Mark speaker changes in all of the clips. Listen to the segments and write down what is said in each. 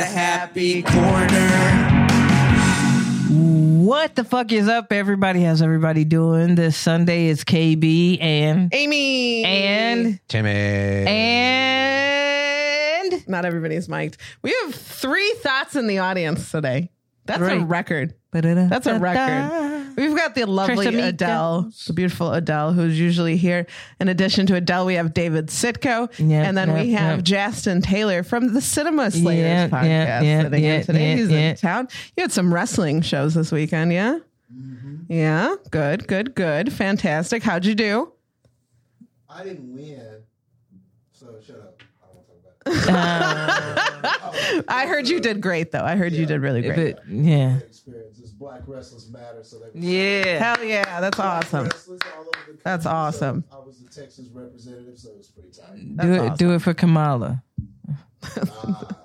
Speaker 1: happy corner.
Speaker 2: What the fuck is up, everybody? How's everybody doing? This Sunday is KB and
Speaker 3: Amy.
Speaker 2: and
Speaker 1: Timmy. eh,
Speaker 2: and
Speaker 3: not everybody's mic'd. We have three thoughts in the audience today. That's a
Speaker 2: Great.
Speaker 3: record. That's a record. We've got the lovely
Speaker 2: Trisha Meek
Speaker 3: Adele,
Speaker 2: Jones.
Speaker 3: the beautiful Adele, who's usually here. In addition to Adele, we have David Sitko,
Speaker 2: Yep,
Speaker 3: and then we
Speaker 2: yep,
Speaker 3: have
Speaker 2: yep.
Speaker 3: Justin Taylor from the Cinema Slayers
Speaker 2: Yeah,
Speaker 3: podcast
Speaker 2: yeah, yeah,
Speaker 3: sitting in
Speaker 2: yeah,
Speaker 3: today.
Speaker 2: yeah,
Speaker 3: He's
Speaker 2: yeah.
Speaker 3: in town. You had some wrestling shows this weekend, yeah? Yeah, good, good, good, fantastic. How'd you do?
Speaker 4: I didn't win, so shut up. I don't want to talk about it.
Speaker 3: I heard you did great, though. I heard you did really great.
Speaker 2: But yeah,
Speaker 4: Experience. It's Black Wrestlers Matter, so that was
Speaker 2: yeah.
Speaker 3: Hell yeah, that's awesome.
Speaker 4: wrestlers all over the country,
Speaker 3: That's
Speaker 4: so
Speaker 3: awesome.
Speaker 4: I was the Texas representative, so it was pretty tight.
Speaker 2: Do it. Do it for Kamala.
Speaker 4: Ah,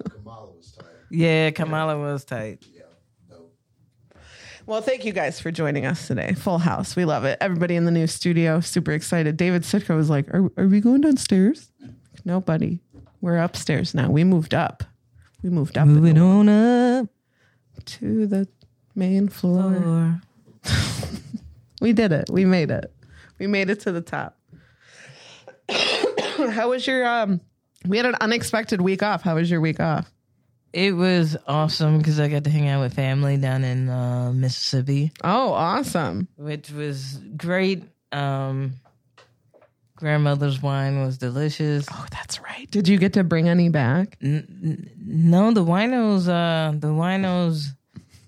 Speaker 4: Kamala was tight.
Speaker 2: Yeah, Kamala was tight.
Speaker 4: Yeah, dope.
Speaker 3: Well, thank you guys for joining us today. Full house. We love it. Everybody in the new studio, super excited. David Sitko was like, Are, are we going downstairs? No, buddy. We're upstairs now. We moved up. We moved up
Speaker 2: Moving on up.
Speaker 3: to the main floor.
Speaker 2: Or
Speaker 3: We did it. We made it. We made it to the top. How was your um we had an unexpected week off. How was your week off?
Speaker 2: it was awesome because I got to hang out with family down in uh, Mississippi.
Speaker 3: Oh, awesome.
Speaker 2: which was great. Um, grandmother's wine was delicious.
Speaker 3: Oh, that's right. Did you get to bring any back?
Speaker 2: No, the winos, uh, the winos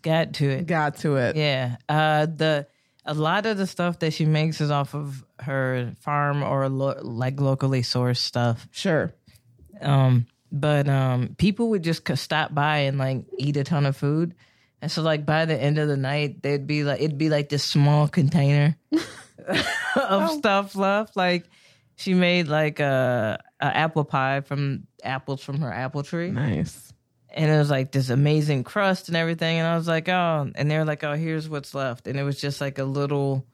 Speaker 2: got to it.
Speaker 3: Got to it.
Speaker 2: Yeah, uh, the a lot of the stuff that she makes is off of her farm or lo- like locally sourced stuff.
Speaker 3: Sure.
Speaker 2: Um, but um, people would just c- stop by and like eat a ton of food. And so, like by the end of the night, they'd be like, it'd be like this small container of stuff left. Like she made like a, a apple pie from apples from her apple tree,
Speaker 3: Nice.
Speaker 2: and it was like this amazing crust and everything. And I was like, oh, and they were like, oh, here's what's left, and it was just like a little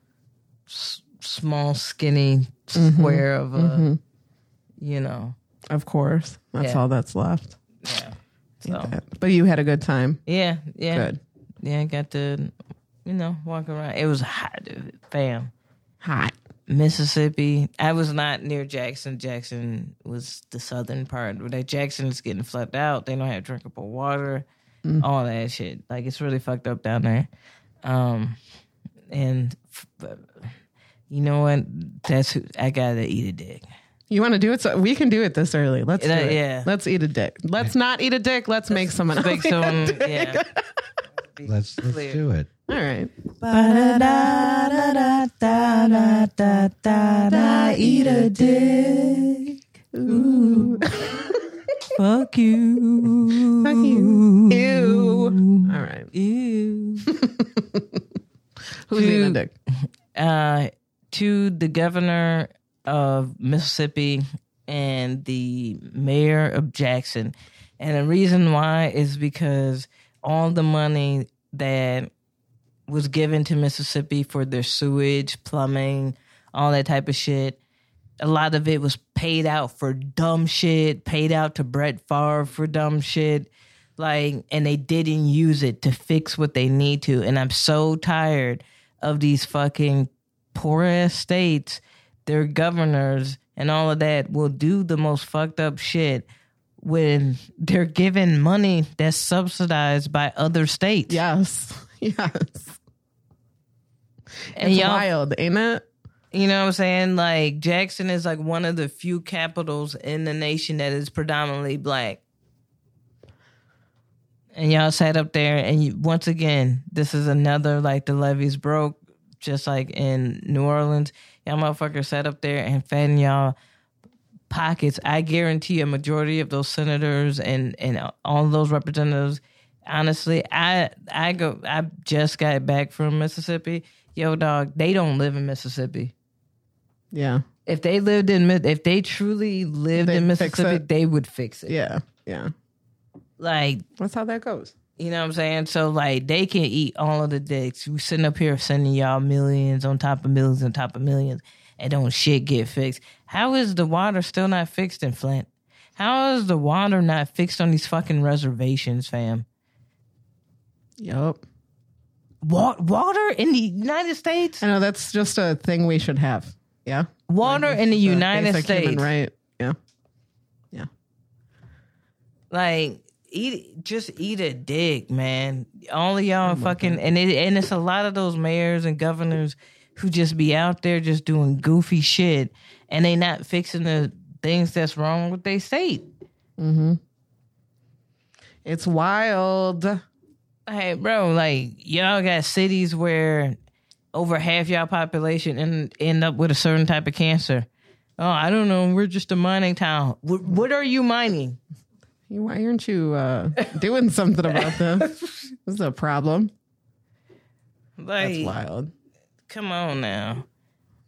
Speaker 2: s- small, skinny square of a, you know,
Speaker 3: Of course. That's
Speaker 2: Yeah.
Speaker 3: all that's left.
Speaker 2: yeah. So.
Speaker 3: But you had a good time.
Speaker 2: Yeah, yeah,
Speaker 3: Good.
Speaker 2: yeah. I got to, you know, walk around. It was hot, dude. Bam,
Speaker 3: Hot.
Speaker 2: Mississippi. I was not near Jackson. Jackson was the southern part. Where that Jackson is getting flooded out. They don't have drinkable water.
Speaker 3: Mm.
Speaker 2: All that shit. Like it's really fucked up down there. Um, and f- but, you know what? That's who I gotta eat a dick.
Speaker 3: You want to do it? So we can do it this early. Let's
Speaker 2: Yeah,
Speaker 3: do it.
Speaker 2: yeah.
Speaker 3: Let's eat a dick. Let's not eat a dick. Let's make someone else.
Speaker 2: Big
Speaker 3: eat a
Speaker 2: stone.
Speaker 3: dick.
Speaker 2: um, Yeah.
Speaker 1: Let's let's do it.
Speaker 3: All right.
Speaker 2: eat a dick. Fuck you.
Speaker 3: Fuck you. Ew. All right.
Speaker 2: Ew.
Speaker 3: Who's eating a
Speaker 2: Dude.
Speaker 3: dick?
Speaker 2: Uh, to the governor of Mississippi and the mayor of Jackson. And the reason why is because all the money that was given to Mississippi for their sewage, plumbing, all that type of shit. A lot of it was paid out for dumb shit, paid out to Brett Favre for dumb shit. Like, and they didn't use it to fix what they need to. And I'm so tired of these fucking poor ass states, their governors, and all of that will do the most fucked up shit when they're given money that's subsidized by other states.
Speaker 3: Yes. Yes.
Speaker 2: and
Speaker 3: It's
Speaker 2: y'all
Speaker 3: wild, ain't it?
Speaker 2: You know what I'm saying? Like Jackson is like one of the few capitals in the nation that is predominantly black. And y'all sat up there, and you, once again, this is another like the levees broke, just like in New Orleans. Y'all motherfuckers sat up there and fed y'all pockets. I guarantee a majority of those senators and and all those representatives. Honestly, I I go. I just got back from Mississippi. Yo, dog, they don't live in Mississippi.
Speaker 3: Yeah.
Speaker 2: If they lived in, Mi- if they truly lived
Speaker 3: They'd
Speaker 2: in
Speaker 3: fix
Speaker 2: Mississippi,
Speaker 3: it.
Speaker 2: they would fix it.
Speaker 3: Yeah. Yeah.
Speaker 2: Like
Speaker 3: That's how that goes.
Speaker 2: you know what I'm saying? So like they can eat all of the dicks. We sitting up here sending y'all millions on top of millions on top of millions and don't shit get fixed. How is the water still not fixed in Flint? How is the water not fixed on these fucking reservations, fam?
Speaker 3: Yep.
Speaker 2: Wa- water in the United States?
Speaker 3: I know that's just a thing we should have. Yeah.
Speaker 2: Water in the
Speaker 3: It's a
Speaker 2: United
Speaker 3: basic human
Speaker 2: States.
Speaker 3: right. Yeah.
Speaker 2: Like eat just eat a dick, man. Only y'all fucking and it, and it's a lot of those mayors and governors who just be out there just doing goofy shit and they not fixing the things that's wrong with their state.
Speaker 3: It's wild.
Speaker 2: Hey, bro, like y'all got cities where over half y'all population end, end up with a certain type of cancer. Oh, I don't know. We're just a mining town. What, what are you mining?
Speaker 3: You, why aren't you uh, doing something about this? This is a problem. That's
Speaker 2: Like,
Speaker 3: wild.
Speaker 2: come on now,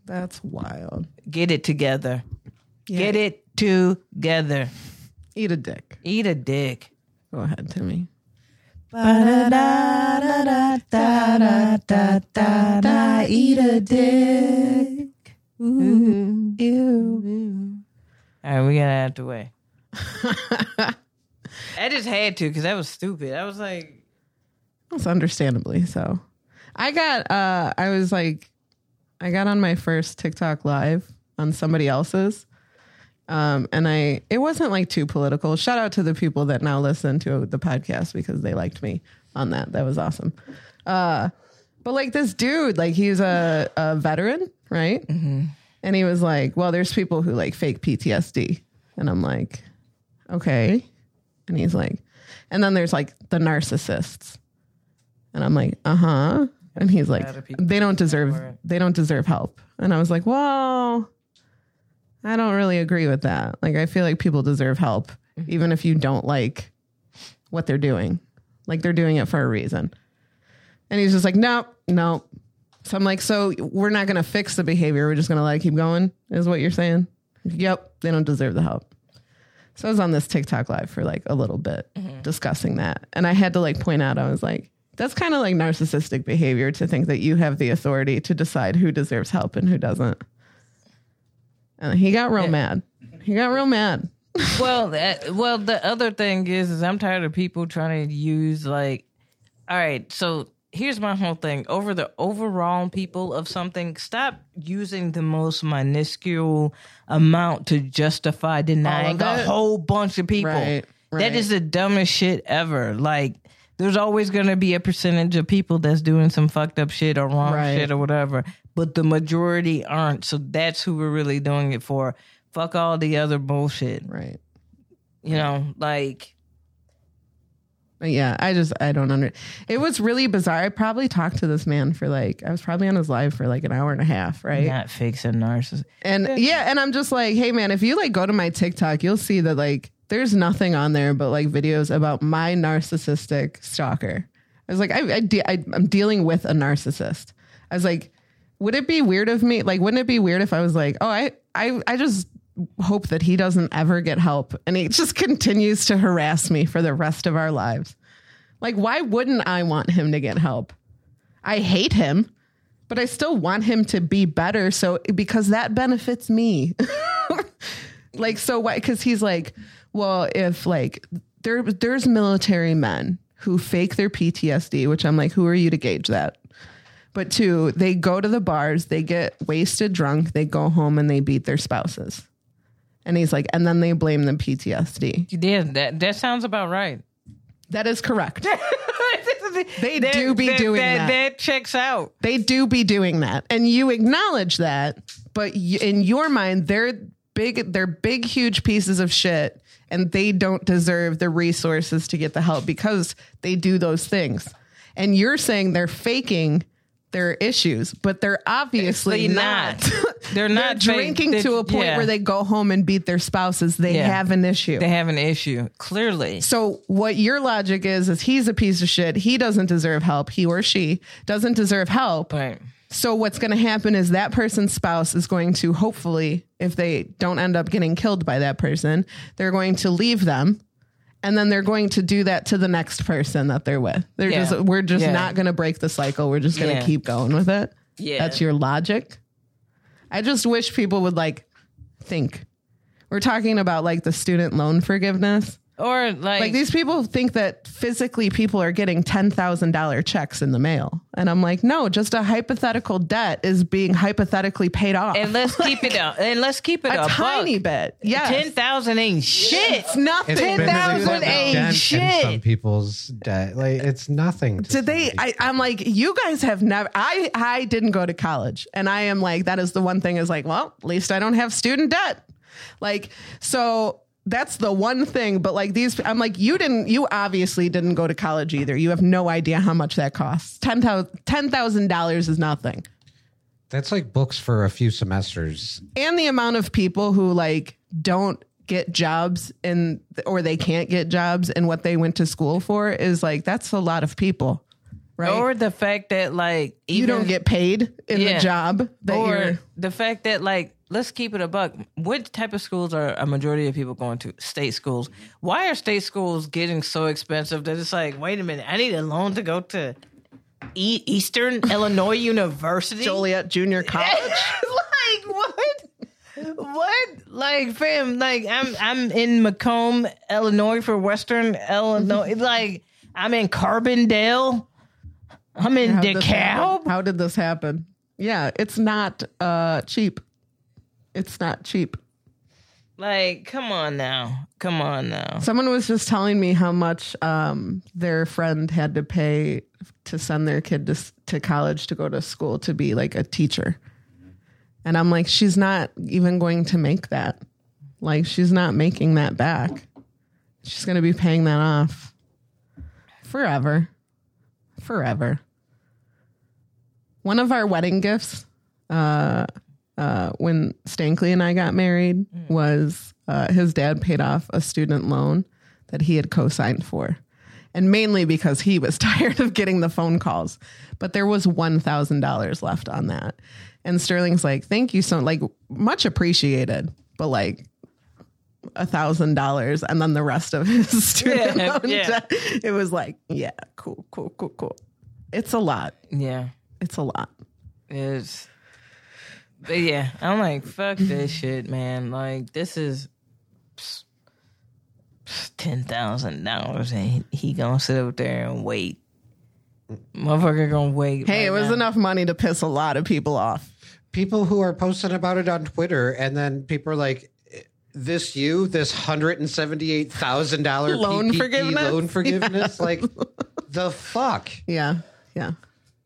Speaker 3: That's wild.
Speaker 2: get it together. Get it together.
Speaker 3: Eat a dick.
Speaker 2: Eat a dick.
Speaker 3: Go ahead, Timmy.
Speaker 2: Eat a dick.
Speaker 3: Ew.
Speaker 2: All right, we got out the way. I just had to because that was stupid. I was like.
Speaker 3: That's understandably so. I got uh I was like I got on my first TikTok live on somebody else's. Um and I it wasn't like too political. Shout out to the people that now listen to the podcast because they liked me on that. That was awesome. Uh but like this dude, like he's a, a veteran, right? And he was like, Well, there's people who like fake PTSD. And I'm like, Okay. And he's like, and then there's like the narcissists. And I'm like, uh huh. And he's like,
Speaker 2: lot of people
Speaker 3: they don't deserve
Speaker 2: word.
Speaker 3: they don't deserve help. And I was like, well, I don't really agree with that. Like, I feel like people deserve help, even if you don't like what they're doing. Like they're doing it for a reason. And he's just like, nope, nope. So I'm like, so we're not gonna fix the behavior. We're just gonna let it keep going, is what you're saying? Yep, they don't deserve the help. So I was on this TikTok live for like a little bit discussing that. And I had to like point out, I was like, that's kind of like narcissistic behavior to think that you have the authority to decide who deserves help and who doesn't. And he got real mad. He got real mad.
Speaker 2: well, that, well, the other thing is, is I'm tired of people trying to use like, all right, so here's my whole thing over the overall people of something. Stop using the most minuscule amount to justify denying a
Speaker 3: it?
Speaker 2: whole bunch of people.
Speaker 3: Right, right.
Speaker 2: That is the dumbest shit ever. Like, there's always going to be a percentage of people that's doing some fucked up shit or wrong
Speaker 3: Right.
Speaker 2: shit or whatever, but the majority aren't. So that's who we're really doing it for. Fuck all the other bullshit
Speaker 3: Right.
Speaker 2: you know, like
Speaker 3: But yeah, I just I don't under. It was really bizarre. I probably talked to this man for like I was probably on his live for like an hour and a half, right?
Speaker 2: not fixing narcissist.
Speaker 3: And yeah, and I'm just like, hey man, if you like go to my TikTok, you'll see that like there's nothing on there but like videos about my narcissistic stalker. I was like, I, I, de- I I'm dealing with a narcissist. I was like, would it be weird of me? Like, wouldn't it be weird if I was like, oh, I I I just hope that he doesn't ever get help and he just continues to harass me for the rest of our lives. Like, why wouldn't I want him to get help? I hate him but I still want him to be better. So because that benefits me. like so why because he's like well if like there there's military men who fake their ptsd which i'm like who are you to gauge that but two they go to the bars they get wasted drunk they go home and they beat their spouses and he's like and then they blame the ptsd
Speaker 2: Yeah, that that sounds about right.
Speaker 3: that is correct
Speaker 2: they
Speaker 3: do be doing that.
Speaker 2: That checks out.
Speaker 3: They do be doing that, and you acknowledge that, but y in your mind, they're big. They're big, huge pieces of shit, and they don't deserve the resources to get the help because they do those things. And you're saying they're faking their issues, but they're obviously
Speaker 2: They're
Speaker 3: not.
Speaker 2: not. They're not fake.
Speaker 3: drinking
Speaker 2: They-
Speaker 3: to a point
Speaker 2: yeah.
Speaker 3: where they go home and beat their spouses. They
Speaker 2: Yeah.
Speaker 3: have an issue.
Speaker 2: They have an issue clearly.
Speaker 3: So what your logic is is he's a piece of shit. He doesn't deserve help. He or she doesn't deserve help.
Speaker 2: Right.
Speaker 3: So what's going to happen is that person's spouse is going to hopefully, if they don't end up getting killed by that person, they're going to leave them, and then they're going to do that to the next person that they're with. They're
Speaker 2: Yeah.
Speaker 3: just we're just
Speaker 2: Yeah.
Speaker 3: not going to break the cycle. We're just going to
Speaker 2: Yeah.
Speaker 3: keep going with it.
Speaker 2: Yeah.
Speaker 3: That's your logic. I just wish people would like think. We're talking about like the student loan forgiveness.
Speaker 2: Or like,
Speaker 3: Like these people think that physically people are getting $10,000 checks in the mail. And I'm like, no, just a hypothetical debt is being hypothetically paid off.
Speaker 2: and let's keep it up. And let's keep it
Speaker 3: a
Speaker 2: up.
Speaker 3: tiny bit. Yes.
Speaker 2: Ten thousand ain't shit.
Speaker 3: it's nothing.
Speaker 1: It's barely
Speaker 2: $10,000
Speaker 1: a
Speaker 2: ain't
Speaker 1: dent in
Speaker 2: shit.
Speaker 1: Some people's debt, like it's nothing. To
Speaker 3: Did they?
Speaker 1: somebody.
Speaker 3: I, I'm like, you guys have never. I I didn't go to college, and I am like, that is the one thing is like, well, at least I don't have student debt. Like, so that's the one thing. But like these, I'm like, you didn't. You obviously didn't go to college either. You have no idea how much that costs. Ten thousand dollars is nothing.
Speaker 1: That's like books for a few semesters.
Speaker 3: and the amount of people who like don't get jobs and or they can't get jobs and what they went to school for is like that's a lot of people right
Speaker 2: Or the fact that like even,
Speaker 3: you don't get paid in
Speaker 2: Yeah.
Speaker 3: the job that
Speaker 2: or
Speaker 3: you're
Speaker 2: the fact that like let's keep it a buck. What type of schools are a majority of people going to? State schools. Why are state schools getting so expensive that it's like, wait a minute, I need a loan to go to e- Eastern Illinois University?
Speaker 3: Joliet Junior College.
Speaker 2: like what? What? Like fam? Like I'm I'm in Macomb, Illinois for Western Illinois. like I'm in Carbondale. I'm in
Speaker 3: How did this
Speaker 2: DeKalb.
Speaker 3: happen? How did this happen? Yeah, it's not uh cheap. It's not cheap.
Speaker 2: Like, come on now. Come on now.
Speaker 3: Someone was just telling me how much um, their friend had to pay to send their kid to, s- to college to go to school to be like a teacher. And I'm like, she's not even going to make that. Like, she's not making that back. She's going to be paying that off forever. Forever. One of our wedding gifts uh, when Stankley and I got married
Speaker 2: Mm.
Speaker 3: was uh, his dad paid off a student loan that he had co-signed for, and mainly because he was tired of getting the phone calls. But there was one thousand dollars left on that, and Sterling's like, "Thank you so like much appreciated," but like a thousand dollars, and then the rest of his student
Speaker 2: Yeah,
Speaker 3: loan
Speaker 2: yeah.
Speaker 3: debt. It was like, yeah, cool, cool, cool, cool. It's a lot.
Speaker 2: Yeah.
Speaker 3: It's a lot.
Speaker 2: It's but yeah, I'm like, fuck this shit, man. Like this is ten thousand dollars and he gonna sit up there and wait. Motherfucker gonna wait.
Speaker 3: Hey, it
Speaker 2: right
Speaker 3: was
Speaker 2: now.
Speaker 3: enough money to piss a lot of people off.
Speaker 1: People who are posting about it on Twitter, and then people are like, "This you, this hundred and seventy-eight thousand dollar E
Speaker 3: Loan forgiveness?
Speaker 1: loan forgiveness, like the fuck."
Speaker 3: Yeah, yeah.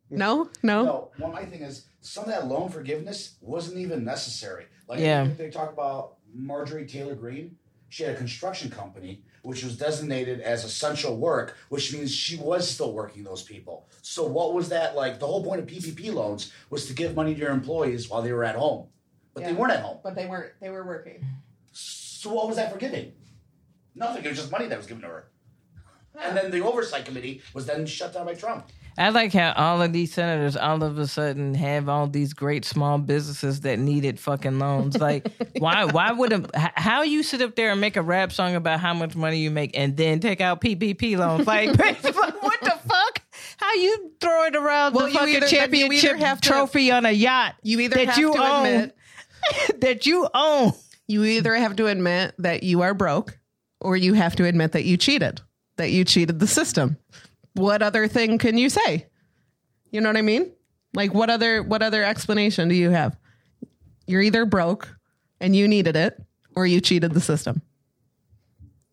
Speaker 3: No, no.
Speaker 5: No, well, my thing is some of that loan forgiveness wasn't even necessary. Like
Speaker 2: Yeah.
Speaker 5: they talk about Marjorie Taylor Greene. She had a construction company which was designated as essential work, which means she was still working those people. So what was that like? The whole point of PPP loans was to give money to your employees while they were at home, but they
Speaker 3: Yeah.
Speaker 5: weren't at home.
Speaker 3: But they were they were working.
Speaker 5: So what was that for giving? Nothing. It was just money that was given to her. And then the oversight committee was then shut down by Trump.
Speaker 2: I like how all of these senators all of a sudden have all these great small businesses that needed fucking loans. Like, why? Why would a h- how you sit up there and make a rap song about how much money you make and then take out PPP loans? Like, what the fuck? How you throw it around
Speaker 3: Well,
Speaker 2: the
Speaker 3: you
Speaker 2: fucking
Speaker 3: either- then you either
Speaker 2: championship
Speaker 3: have to-
Speaker 2: trophy on a yacht
Speaker 3: You either
Speaker 2: that
Speaker 3: have
Speaker 2: you
Speaker 3: to
Speaker 2: own
Speaker 3: admit
Speaker 2: that you own?
Speaker 3: you either have to admit that you are broke or you have to admit that you cheated. That you cheated the system. What other thing can you say? You know what I mean? Like what other what other explanation do you have? You're either broke and you needed it or you cheated the system.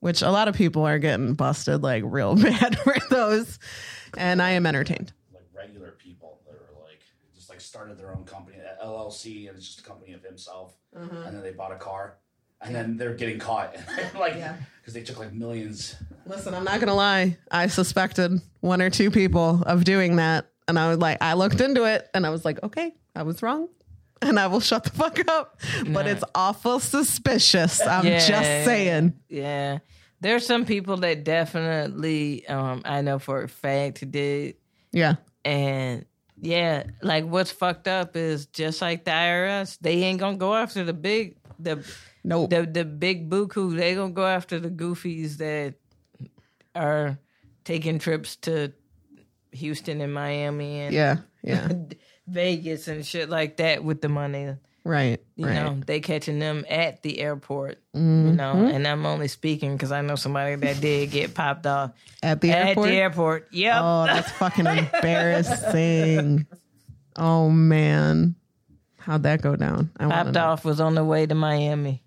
Speaker 3: Which a lot of people are getting busted like real bad for those. And I am entertained.
Speaker 5: like regular people that are like just like started their own company, a LLC, and it's just a company of himself.
Speaker 3: Mm-hmm.
Speaker 5: And then they bought a car, and then they're getting caught, like because
Speaker 3: Yeah.
Speaker 5: they took like millions.
Speaker 3: Listen, I'm not gonna lie. I suspected one or two people of doing that, and I was like, I looked into it, and I was like, okay, I was wrong, and I will shut the fuck up. But it's awful suspicious. I'm
Speaker 2: Yeah.
Speaker 3: just saying.
Speaker 2: Yeah. There's some people that definitely, um, I know for a fact, did
Speaker 3: Yeah,
Speaker 2: And yeah, like what's fucked up is just like the IRS, they ain't gonna go after the big the
Speaker 3: nope.
Speaker 2: the the big buku. They gonna go after the goofies that are taking trips to Houston and Miami and
Speaker 3: yeah, yeah.
Speaker 2: Vegas and shit like that with the money.
Speaker 3: Right.
Speaker 2: You
Speaker 3: right.
Speaker 2: know, they catching them at the airport.
Speaker 3: Mhm.
Speaker 2: You know, and I'm only speaking because I know somebody that did get popped off
Speaker 3: At the
Speaker 2: at
Speaker 3: airport.
Speaker 2: the airport. Yep.
Speaker 3: Oh, that's fucking embarrassing. Oh man. How'd that go down? I wanna
Speaker 2: popped
Speaker 3: know.
Speaker 2: off was on the way to Miami.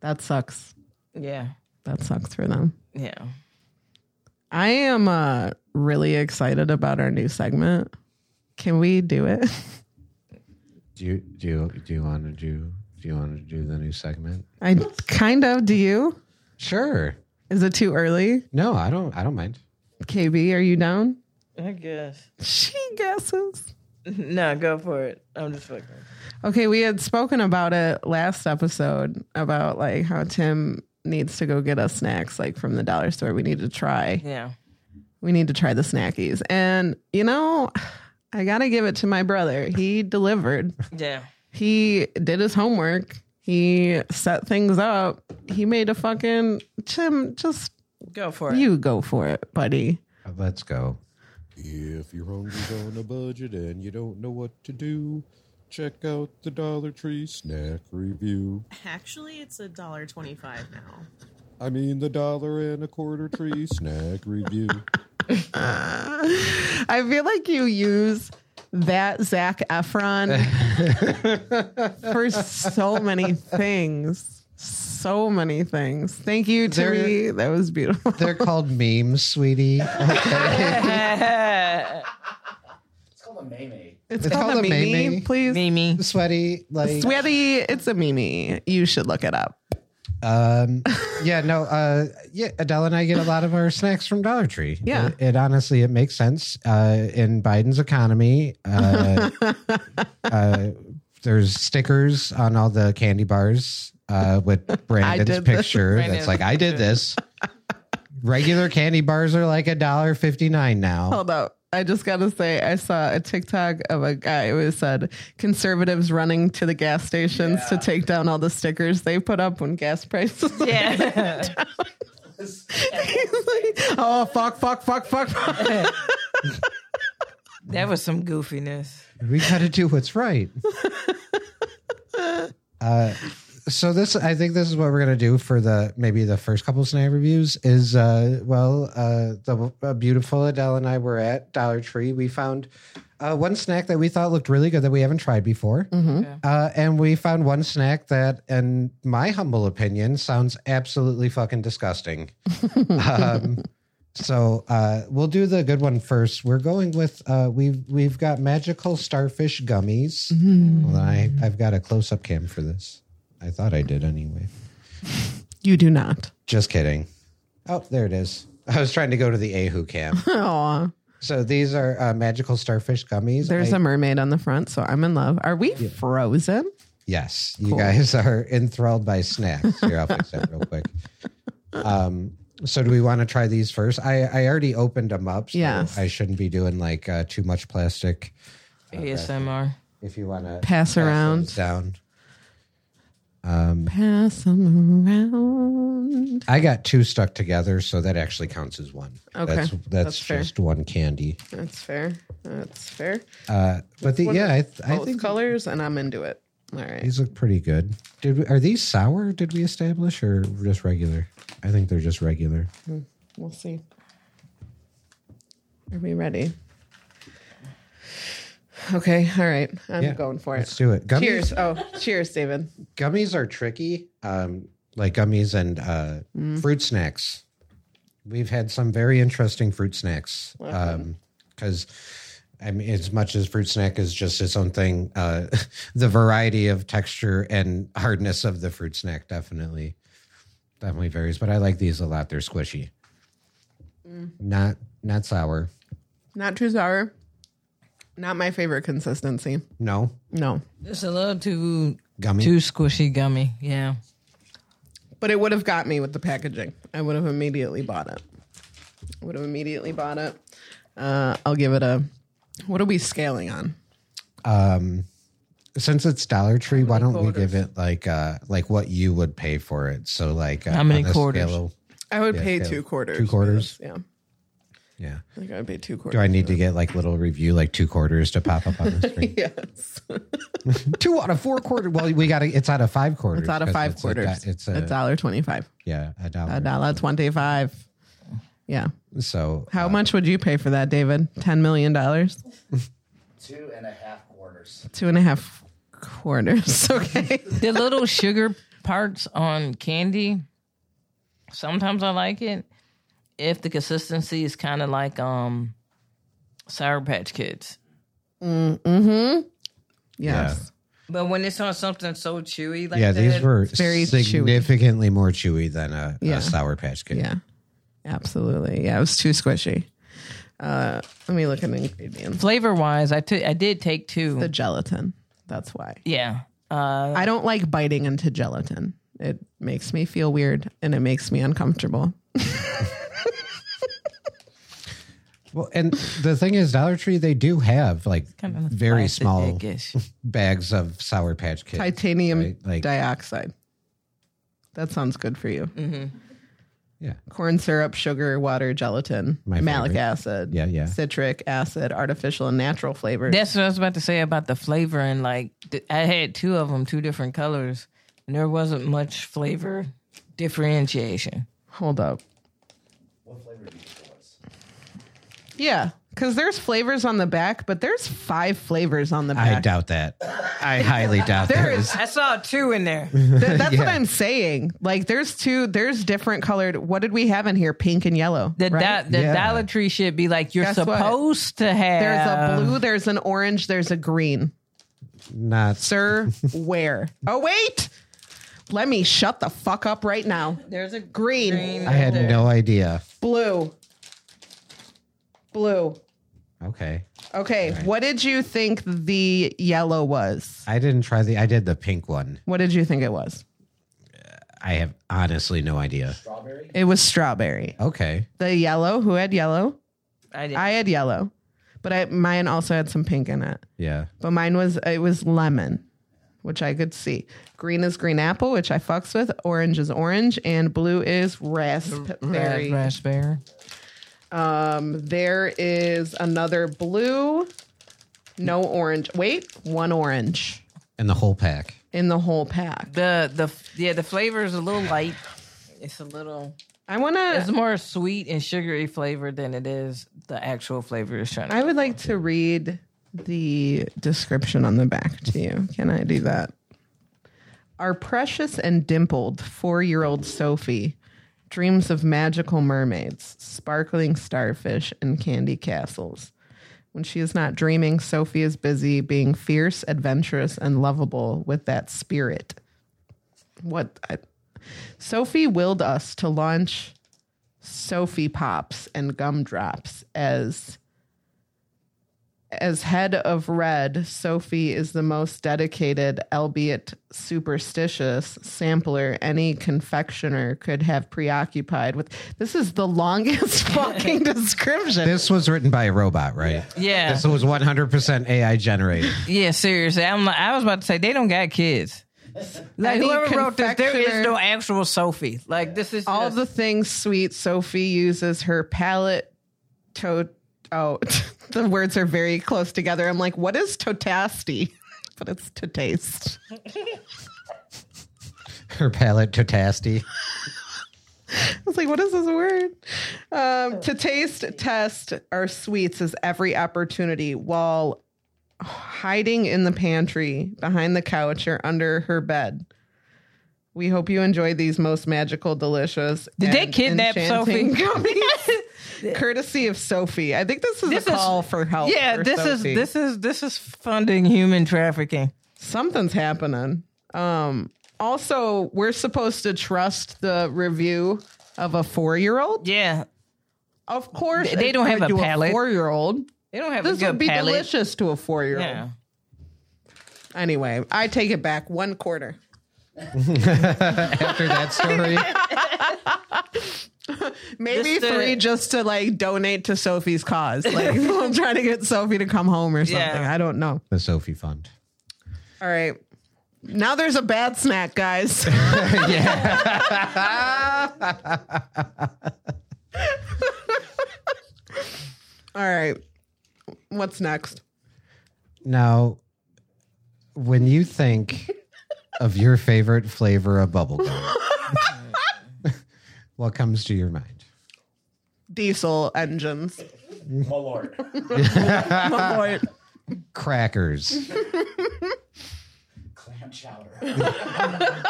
Speaker 3: That sucks.
Speaker 2: Yeah.
Speaker 3: That sucks for them.
Speaker 2: Yeah.
Speaker 3: I am uh really excited about our new segment. Can we do it?
Speaker 1: Do you do you do you want to do do you want to do the new segment?
Speaker 3: I kind of do you?
Speaker 1: Sure.
Speaker 3: Is it too early?
Speaker 1: No, I don't. I don't mind.
Speaker 3: KB, are you down?
Speaker 2: I guess.
Speaker 3: She guesses.
Speaker 2: no, go for it. I'm just fucking.
Speaker 3: Okay, we had spoken about it last episode about like how Tim needs to go get us snacks like from the dollar store. We need to try.
Speaker 2: Yeah.
Speaker 3: We need to try the snackies. And you know, I got to give it to my brother. He delivered.
Speaker 2: Yeah.
Speaker 3: He did his homework. He set things up. He made a fucking Tim just
Speaker 2: Go for it.
Speaker 3: you go for it, buddy.
Speaker 1: Let's go.
Speaker 6: If your hungry's on a budget and you don't know what to do, check out the Dollar Tree Snack Review.
Speaker 7: Actually, it's a dollar twenty-five now.
Speaker 6: I mean, the dollar and a quarter tree snack review.
Speaker 3: I feel like you use that Zach Efron for so many things. So many things. Thank you,
Speaker 1: There-
Speaker 3: Terry. That was beautiful.
Speaker 1: They're called memes, sweetie. Okay.
Speaker 5: It's called a meme.
Speaker 3: It's,
Speaker 1: It's
Speaker 3: called,
Speaker 1: called
Speaker 3: a
Speaker 1: a
Speaker 3: meme,
Speaker 1: meme.
Speaker 3: please.
Speaker 2: Mimi.
Speaker 1: Sweaty, like
Speaker 3: Sweaty, it's a meme. You should look it up.
Speaker 1: um, yeah, no, uh, yeah. Adele and I get a lot of our snacks from Dollar Tree.
Speaker 3: Yeah.
Speaker 1: it, it honestly it makes sense uh, in Biden's economy. Uh, uh, there's stickers on all the candy bars uh, with Brandon's
Speaker 3: did this.
Speaker 1: picture.
Speaker 2: Brandon's
Speaker 1: That's like I did this. Regular candy bars are like a dollar fifty nine now.
Speaker 3: Hold up. I just gotta say, I saw a TikTok of a guy who said conservatives running to the gas stations to take down all the stickers they put up when gas prices.
Speaker 2: Yeah.
Speaker 3: He's like, oh fuck, fuck, fuck, fuck. fuck.
Speaker 2: that was some goofiness.
Speaker 1: we got to do what's right. uh, so this, I think, this is what we're gonna do for the maybe the first couple snack reviews. Is uh, well, uh, the uh, beautiful Adele and I were at Dollar Tree. We found uh, one snack that we thought looked really good that we haven't tried before, uh, and we found one snack that, in my humble opinion, sounds absolutely fucking disgusting. um, so uh, we'll do the good one first. We're going with uh, we've we've got magical starfish gummies.
Speaker 3: Mm-hmm.
Speaker 1: Hold on, I I've got a close up cam for this. I thought I did anyway.
Speaker 3: You do not.
Speaker 1: Just kidding. Oh, there it is. I was trying to go to the Ahu cam.
Speaker 3: Oh,
Speaker 1: so these are uh, magical starfish gummies.
Speaker 3: there's
Speaker 1: I-
Speaker 3: a mermaid on the front, so I'm in love. Are we frozen?
Speaker 1: Yes, you guys are enthralled by snacks. Here, I'll fix that real quick. Um, so do we want to try these first? I I already opened them up. So
Speaker 3: Yes.
Speaker 1: I shouldn't be doing like uh, too much plastic.
Speaker 2: ASMR.
Speaker 1: If you want to
Speaker 3: Pass around.
Speaker 1: those down.
Speaker 3: Pass them around.
Speaker 1: I got two stuck together, so that actually counts as one.
Speaker 3: Okay.
Speaker 1: that's, that's,
Speaker 3: That's fair.
Speaker 1: just one candy.
Speaker 3: That's fair. That's fair.
Speaker 1: Uh, but the, yeah, I, th- I
Speaker 3: Both
Speaker 1: think
Speaker 3: colors, and I'm into it. All right.
Speaker 1: these look pretty good. Did we, are these sour? Did we establish or just regular? I think they're just regular.
Speaker 3: We'll see. Are we ready? Okay. All right. I'm
Speaker 1: Yeah,
Speaker 3: going for
Speaker 1: Let's
Speaker 3: it.
Speaker 1: do it. Gummies,
Speaker 3: Cheers. Oh, cheers, David.
Speaker 1: gummies are tricky, um, like gummies and uh, fruit snacks. We've had some very interesting fruit snacks because. I mean, as much as fruit snack is just its own thing, uh, the variety of texture and hardness of the fruit snack definitely, definitely varies. But I like these a lot. They're squishy, not not sour.
Speaker 3: Not too sour. Not my favorite consistency.
Speaker 1: No
Speaker 3: No.
Speaker 2: It's a little too
Speaker 1: gummy.
Speaker 2: too squishy gummy. Yeah.
Speaker 3: But it would have got me with the packaging. I would have immediately bought it. I would have immediately bought it. Uh, I'll give it a. What are we scaling on?
Speaker 1: Since it's Dollar Tree, why don't we give it like uh like what you would pay for it? So like uh,
Speaker 2: How many
Speaker 1: on a
Speaker 2: quarters?
Speaker 1: scale of-
Speaker 3: I would pay
Speaker 1: yeah.
Speaker 3: two quarters.
Speaker 1: Two quarters.
Speaker 3: for this, Yeah.
Speaker 1: Yeah.
Speaker 3: I think I paid two quarters.
Speaker 1: Do I need to get like little review, like two quarters to pop up on the screen?
Speaker 3: yes.
Speaker 1: two out of four quarters. Well, we got to, it's out of five quarters.
Speaker 3: It's out of
Speaker 1: 'cause
Speaker 3: five
Speaker 1: it's a do-
Speaker 3: quarters.
Speaker 1: it's a,
Speaker 3: a dollar twenty-five.
Speaker 1: yeah, a dollar.
Speaker 3: A dollar twenty-five. Yeah.
Speaker 1: So
Speaker 3: How much would you pay for that, David? Ten million dollars?
Speaker 5: Two and a half quarters.
Speaker 3: Two and a half quarters. Okay.
Speaker 2: the little sugar parts on candy sometimes i like it if the consistency is kind of like um sour patch kids
Speaker 3: yes.
Speaker 2: but when it's on something so chewy like
Speaker 1: yeah,
Speaker 2: that,
Speaker 1: these were
Speaker 3: very chewy.
Speaker 1: significantly more chewy than a,
Speaker 3: Yeah.
Speaker 1: a Sour Patch Kid.
Speaker 3: Yeah. Absolutely. Yeah. It was too squishy. Uh, let me look at the ingredients.
Speaker 2: flavor wise i took i did take two
Speaker 3: The gelatin. That's why.
Speaker 2: yeah uh
Speaker 3: I don't like biting into gelatin. It makes me feel weird and it makes me uncomfortable.
Speaker 1: Well, and the thing is, Dollar Tree, they do have like very
Speaker 2: plastic, I
Speaker 1: small
Speaker 2: guess.
Speaker 1: bags of Sour Patch Kids.
Speaker 3: Titanium
Speaker 1: right? Like-
Speaker 3: dioxide. That sounds good for you.
Speaker 1: yeah.
Speaker 3: Corn syrup, sugar, water, gelatin,
Speaker 1: My
Speaker 3: malic
Speaker 1: favorite.
Speaker 3: acid,
Speaker 1: Yeah, yeah.
Speaker 3: citric acid, artificial and natural flavors.
Speaker 2: That's what I was about to say about the flavor and like th- I had two of them, two different colors, and there wasn't much flavor differentiation.
Speaker 3: Hold up.
Speaker 5: What flavor do you think it was?
Speaker 3: Yeah, because there's flavors on the back, but there's five flavors on the
Speaker 1: I
Speaker 3: back.
Speaker 1: doubt that. I highly doubt
Speaker 3: There
Speaker 1: that.
Speaker 3: is-
Speaker 2: I saw two in there.
Speaker 3: Th- that's what I'm saying. Like, there's two, there's different colored. What did we have in here? Pink and yellow.
Speaker 2: The,
Speaker 3: right?
Speaker 2: di- the
Speaker 1: Yeah.
Speaker 2: Dollar Tree should be like you're
Speaker 3: Guess what?
Speaker 2: supposed to have.
Speaker 3: there's a blue, there's an orange, there's a green.
Speaker 1: Not
Speaker 3: Sir, where? Oh, wait. Let me shut the fuck up right now.
Speaker 2: There's a green.
Speaker 3: Green,
Speaker 1: I had no idea.
Speaker 3: blue, blue.
Speaker 1: Okay.
Speaker 3: Okay, what did you think the yellow was?
Speaker 1: I didn't try the I did the pink one.
Speaker 3: What did you think it was?
Speaker 1: I have honestly no idea.
Speaker 5: Strawberry?
Speaker 3: It was strawberry.
Speaker 1: Okay.
Speaker 3: The yellow, who had yellow?
Speaker 2: I did.
Speaker 3: I
Speaker 2: I,
Speaker 3: had yellow, but I mine also had some pink in it.
Speaker 1: Yeah.
Speaker 3: But mine was it was lemon, which I could see. Green is green apple, which I fucks with. Orange is orange, and blue is raspberry.
Speaker 2: raspberry.
Speaker 3: Um, there is another blue, no orange. Wait, one orange
Speaker 1: And the whole pack.
Speaker 3: in the whole pack.
Speaker 2: The the yeah the flavor is a little light. It's a little.
Speaker 3: I wanna.
Speaker 2: It's more sweet and sugary flavor than it is the actual flavor. It's trying to.
Speaker 3: I would like to read the description on the back to you. Can I do that? Our precious and dimpled four year old Sophie dreams of magical mermaids, sparkling starfish, and candy castles. When she is not dreaming, Sophie is busy being fierce, adventurous, and lovable with that spirit. What? I, Sophie willed us to launch Sophie Pops and Gumdrops as as head of Red, Sophie is the most dedicated, albeit superstitious, sampler any confectioner could have preoccupied with. This is the longest fucking description.
Speaker 1: This was written by a robot, right?
Speaker 2: Yeah.
Speaker 1: This was 100% AI generated.
Speaker 2: Yeah, seriously. I'm like, I was about to say they don't got kids. Like
Speaker 3: Any
Speaker 2: whoever wrote this, there is
Speaker 3: confectioner-
Speaker 2: no actual Sophie. Like this is
Speaker 3: All
Speaker 2: just-
Speaker 3: the things sweet Sophie uses her palate to oh the words are very close together. I'm like, what is totasti? but it's to taste.
Speaker 1: Her palate to tasty.
Speaker 3: I was like, what is this word? Um, to taste, test our sweets is every opportunity while hiding in the pantry, behind the couch, or under her bed. We hope you enjoy these most magical, delicious.
Speaker 2: Did they
Speaker 3: and
Speaker 2: kidnap
Speaker 3: enchanting
Speaker 2: Sophie?
Speaker 3: gummies. Courtesy of Sophie. I think this is
Speaker 2: This
Speaker 3: a
Speaker 2: is-
Speaker 3: call for help.
Speaker 2: yeah,
Speaker 3: for
Speaker 2: this
Speaker 3: Sophie.
Speaker 2: is this is this is funding human trafficking.
Speaker 3: something's happening. Um, also, we're supposed to trust the review of a four-year-old.
Speaker 2: Yeah,
Speaker 3: Of course,
Speaker 2: They- they don't have a palate.
Speaker 3: Four year old.
Speaker 2: they don't have
Speaker 3: This
Speaker 2: a good
Speaker 3: would be
Speaker 2: palate.
Speaker 3: delicious to a four year old.
Speaker 2: Yeah,
Speaker 3: Anyway, I take it back. One quarter.
Speaker 1: After that story,
Speaker 3: Maybe
Speaker 2: Just to-
Speaker 3: three just to like donate to Sophie's cause. Like we'll try to get Sophie to come home or something.
Speaker 2: Yeah.
Speaker 3: I don't know.
Speaker 1: the Sophie Fund.
Speaker 3: All right. Now there's a bad snack, guys. All right. What's next?
Speaker 1: Now, when you think of your favorite flavor of bubblegum, what comes to your mind?
Speaker 3: Diesel engines.
Speaker 5: Oh lord.
Speaker 3: My boy.
Speaker 1: Crackers.
Speaker 5: Clam chowder.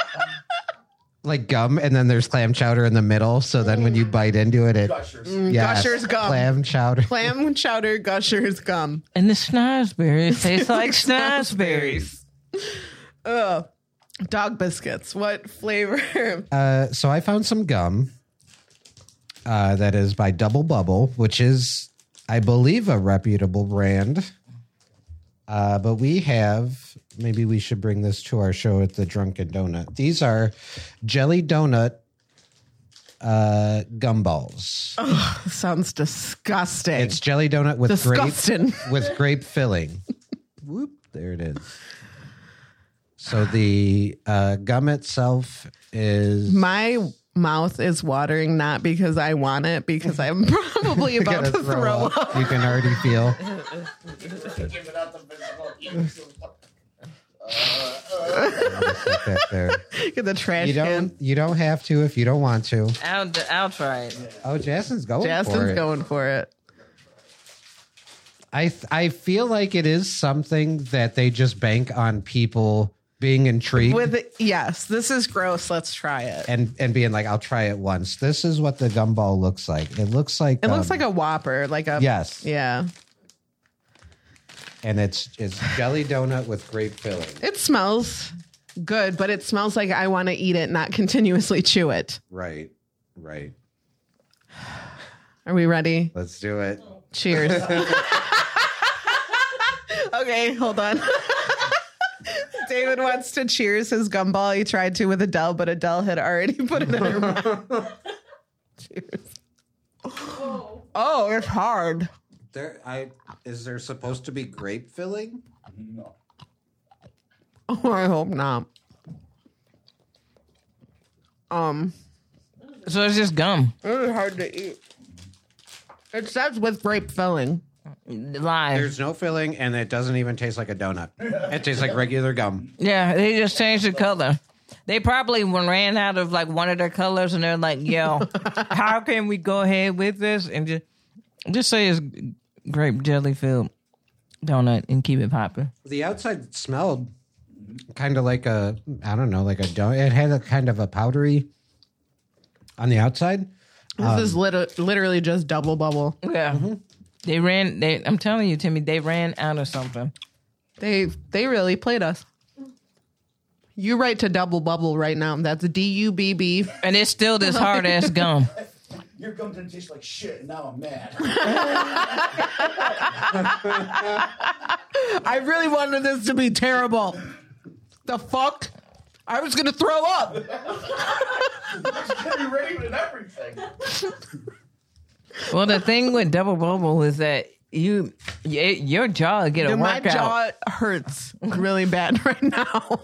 Speaker 1: Like gum, and then there's clam chowder in the middle. So then when you bite into it, it
Speaker 5: Gushers.
Speaker 1: yes,
Speaker 3: Mm, Gushers gum.
Speaker 1: Clam chowder.
Speaker 3: Clam chowder gushers gum.
Speaker 2: And the schnozberries taste like schnozberries.
Speaker 3: Ugh. Dog biscuits. What flavor?
Speaker 1: Uh, so I found some gum uh, that is by Double Bubble, which is, I believe, a reputable brand. Uh, but we have, maybe we should bring this to our show at the Drunken Donut. These are jelly donut uh, gumballs.
Speaker 3: Sounds disgusting.
Speaker 1: It's jelly donut with
Speaker 3: Disgusting.
Speaker 1: grape with grape filling. Whoop! There it is. So the uh, gum itself is
Speaker 3: My mouth is watering not because I want it, because I'm probably about to
Speaker 1: gonna
Speaker 3: throw, up.
Speaker 1: You can already feel.
Speaker 5: Giving out the physical.
Speaker 1: Put that there.
Speaker 3: Get the trash
Speaker 1: You
Speaker 3: can.
Speaker 1: don't. You don't have to if you don't want to.
Speaker 2: I'll, I'll try it.
Speaker 1: Oh, Jason's going. for
Speaker 3: Jason's
Speaker 1: it.
Speaker 3: going for it.
Speaker 1: I th- I feel like it is something that they just bank on people being intrigued
Speaker 3: With yes, this is gross. Let's try it.
Speaker 1: and and being like, I'll try it once. This is what the gumball looks like. It looks like. um,
Speaker 3: It looks like a Whopper, like a
Speaker 1: Yes,
Speaker 3: yeah.
Speaker 1: and it's it's jelly donut with grape filling.
Speaker 3: It smells good, but it smells like I want to eat it, not continuously chew it.
Speaker 1: Right, right.
Speaker 3: Are we ready?
Speaker 1: Let's do it.
Speaker 3: Cheers. okay, hold on. David wants to cheers his gumball. He tried to with Adele, but Adele had already put it in her mouth. cheers. Oh, it's hard.
Speaker 1: There, I is there supposed to be grape filling?
Speaker 5: No.
Speaker 3: Oh, I hope not. Um,
Speaker 2: So it's just gum.
Speaker 3: it's hard to eat. It says with grape filling.
Speaker 2: Live.
Speaker 1: There's no filling, and it doesn't even taste like a donut. It tastes like regular gum.
Speaker 2: Yeah, they just changed the color. They probably ran out of like one of their colors and they're like, yo, how can we go ahead with this? And just, just say it's grape jelly filled donut and keep it popping.
Speaker 1: The outside smelled kind of like a, I don't know, like a donut. It had a kind of a powdery on the outside.
Speaker 3: This is lit- literally just double bubble.
Speaker 2: Yeah.
Speaker 3: Mm-hmm.
Speaker 2: They ran, they, I'm telling you, Timmy, they ran out of something.
Speaker 3: They they really played us. You write to double bubble right now. That's D U B B.
Speaker 2: And it's still this hard ass gum.
Speaker 5: Your gum didn't taste like shit, and now I'm mad.
Speaker 3: I really wanted this to be terrible. The fuck? I was gonna throw up.
Speaker 5: You're raving and everything.
Speaker 2: Well, the thing with double bubble is that you, y- your jaw get a
Speaker 3: Dude, my
Speaker 2: workout.
Speaker 3: jaw hurts really bad right now.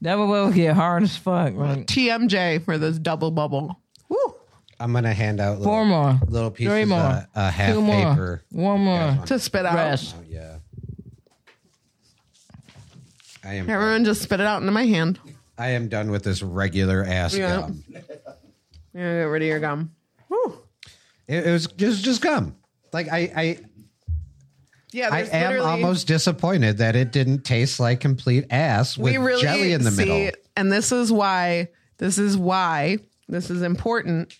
Speaker 2: double bubble get hard as fuck. Like,
Speaker 3: TMJ for this double bubble. Woo.
Speaker 1: I'm going to hand out little,
Speaker 2: four more.
Speaker 1: little pieces
Speaker 2: Three more.
Speaker 1: of uh, half
Speaker 2: Two more.
Speaker 1: paper.
Speaker 2: One more.
Speaker 3: To spit out.
Speaker 2: Rest.
Speaker 1: Oh, yeah. I am,
Speaker 3: Everyone just spit it out into my hand.
Speaker 1: I am done with this regular ass
Speaker 3: Yeah.
Speaker 1: gum.
Speaker 3: Yeah, get rid of your gum. Woo.
Speaker 1: It, it was just, just gum. Like, I, I,
Speaker 3: Yeah,
Speaker 1: I
Speaker 3: there's
Speaker 1: am
Speaker 3: literally-
Speaker 1: almost disappointed that it didn't taste like complete ass with
Speaker 3: we really
Speaker 1: jelly in the
Speaker 3: see,
Speaker 1: middle.
Speaker 3: And this is why, this is why, this is important.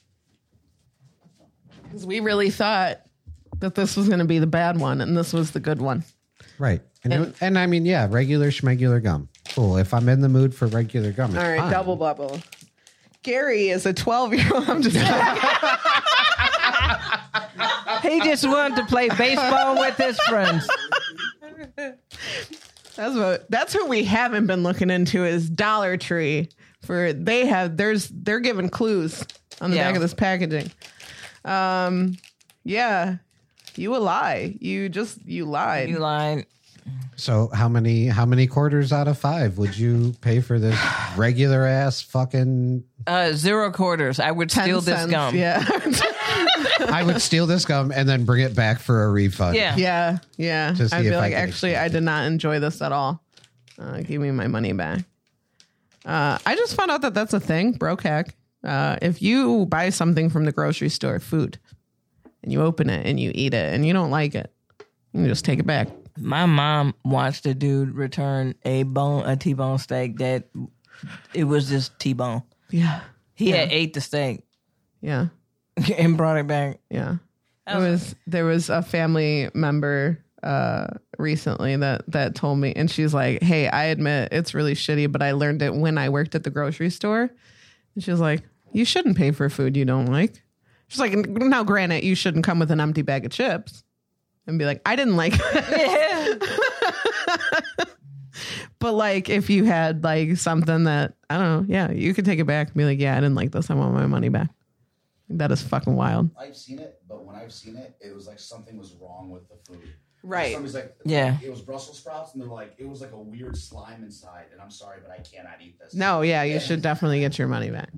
Speaker 3: Because we really thought that this was going to be the bad one and this was the good one.
Speaker 1: Right. And, and, I mean, yeah, regular schmegular gum. Cool. If I'm in the mood for regular gum, it's
Speaker 3: All right,
Speaker 1: fine.
Speaker 3: double bubble. Gary is a 12 year old. I'm just
Speaker 2: He just wanted to play baseball with his friends.
Speaker 3: That's what that's who we haven't been looking into is Dollar Tree. For they have there's they're giving clues on the
Speaker 2: Yeah.
Speaker 3: back of this packaging. Um yeah. You a lie. You just you lied.
Speaker 2: You lying.
Speaker 1: So how many how many quarters out of five would you pay for this regular ass fucking?
Speaker 2: Uh, zero quarters. I would steal this
Speaker 3: cents,
Speaker 2: gum.
Speaker 3: Yeah.
Speaker 1: I would steal this gum and then bring it back for a refund.
Speaker 2: Yeah.
Speaker 3: yeah. Yeah.
Speaker 1: To see
Speaker 3: I'd be
Speaker 1: if I
Speaker 3: like,
Speaker 1: can
Speaker 3: actually, I did not enjoy this at all. Uh, give me my money back. Uh, I just found out that that's a thing, broke hack. Uh, if you buy something from the grocery store, food, and you open it and you eat it and you don't like it, you can just take it back.
Speaker 2: My mom watched a dude return a bone, a T-bone steak that it was just T-bone.
Speaker 3: Yeah.
Speaker 2: He had ate the steak
Speaker 3: Yeah.
Speaker 2: and brought it back.
Speaker 3: Yeah. There was there was a family member uh recently that that told me and she's like, "Hey, I admit it's really shitty, but I learned it when I worked at the grocery store." And she was like, "You shouldn't pay for food you don't like." She's like, "Now granted, you shouldn't come with an empty bag of chips." And be like, "I didn't like it." but like if you had like something that, I don't know, yeah, you could take it back and be like, "Yeah, I didn't like this. I want my money back." That is fucking wild.
Speaker 5: I've seen it, but when I've seen it, it was like something was wrong with the food.
Speaker 3: Right.
Speaker 5: Somebody's like,
Speaker 2: Yeah.
Speaker 5: it was Brussels sprouts, and they're like, it was like a weird slime inside, and I'm sorry, but I cannot eat this.
Speaker 3: No, yeah, you should definitely get your money back.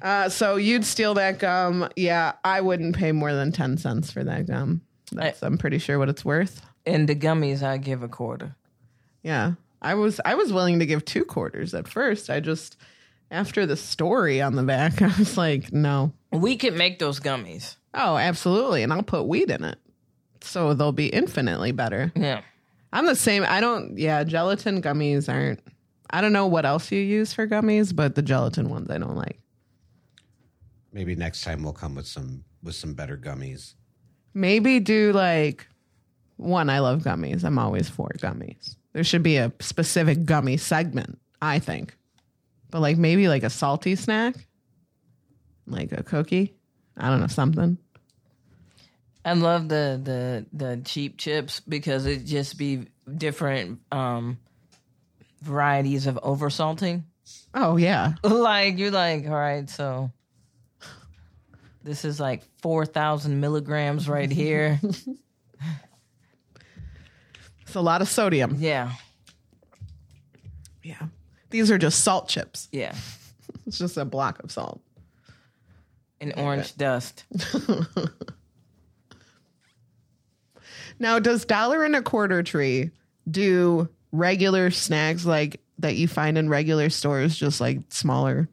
Speaker 3: Uh, so you'd steal that gum. Yeah, I wouldn't pay more than 10 cents for that gum. That's, I, am pretty sure what it's worth.
Speaker 2: And the gummies, I give a quarter.
Speaker 3: Yeah. I was I was willing to give two quarters at first. I just after the story on the back, I was like, no.
Speaker 2: We could make those gummies.
Speaker 3: Oh, absolutely. And I'll put weed in it. So they'll be infinitely better.
Speaker 2: Yeah.
Speaker 3: I'm the same. I don't yeah, gelatin gummies aren't I don't know what else you use for gummies, but the gelatin ones I don't like.
Speaker 1: Maybe next time we'll come with some with some better gummies.
Speaker 3: maybe do like one i love gummies i'm always for gummies there should be a specific gummy segment i think but like maybe like a salty snack like a cookie i don't know something
Speaker 2: I love the the the cheap chips because it just be different um varieties of oversalting.
Speaker 3: oh yeah
Speaker 2: like you're like, all right, so this is like four thousand milligrams right here.
Speaker 3: it's a lot of sodium
Speaker 2: yeah,
Speaker 3: yeah these are just salt chips
Speaker 2: yeah,
Speaker 3: it's just a block of salt
Speaker 2: and orange dust.
Speaker 3: Now, does dollar and a quarter tree do regular snacks like that you find in regular stores, just like smaller?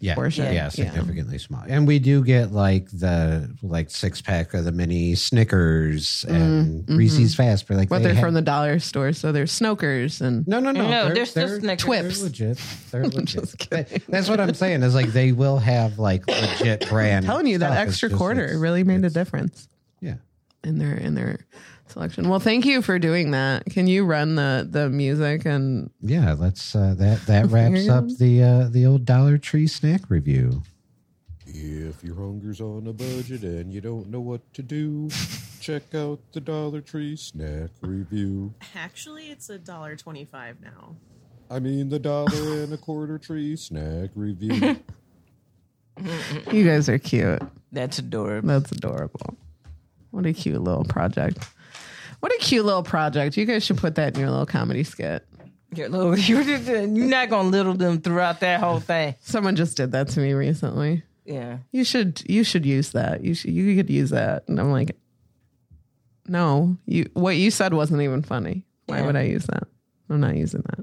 Speaker 1: Yeah,
Speaker 3: Portion.
Speaker 1: yeah,
Speaker 3: Yeah.
Speaker 1: significantly small. And we do get like the like six pack of the mini Snickers and Reese's Fast, but like
Speaker 3: Mm-hmm. But they're
Speaker 1: have-
Speaker 3: from the dollar store, so they're snokers and
Speaker 1: No, no, no.
Speaker 2: No, they're still Snickers.
Speaker 1: They're legit. They're legit.
Speaker 3: Just kidding.
Speaker 1: They- That's what I'm saying. Is like they will have like legit brand.
Speaker 3: telling you that
Speaker 1: stuff. It's
Speaker 3: extra
Speaker 1: just-
Speaker 3: quarter
Speaker 1: it's-
Speaker 3: really made a difference
Speaker 1: Yeah.
Speaker 3: in their in their selection. Well, thank you for doing that. Can you run the the music and
Speaker 1: Yeah, let's uh, that that wraps up the uh, the old Dollar Tree snack review.
Speaker 6: If your hunger's on a budget and you don't know what to do, check out the Dollar Tree snack review.
Speaker 7: Actually, it's a dollar twenty-five now.
Speaker 6: I mean, the dollar and a quarter tree snack review.
Speaker 3: you guys are cute.
Speaker 2: That's adorable.
Speaker 3: That's adorable. What a cute little project. What a cute little project. You guys should put that in your little comedy skit.
Speaker 2: You're, little, you're, just- you're not gonna little them throughout that whole thing.
Speaker 3: Someone just did that to me recently.
Speaker 2: Yeah,
Speaker 3: You should you should use that. You should you could use that. And I'm like, no, you what you said wasn't even funny. Why
Speaker 2: Yeah.
Speaker 3: would I use that? I'm not using that.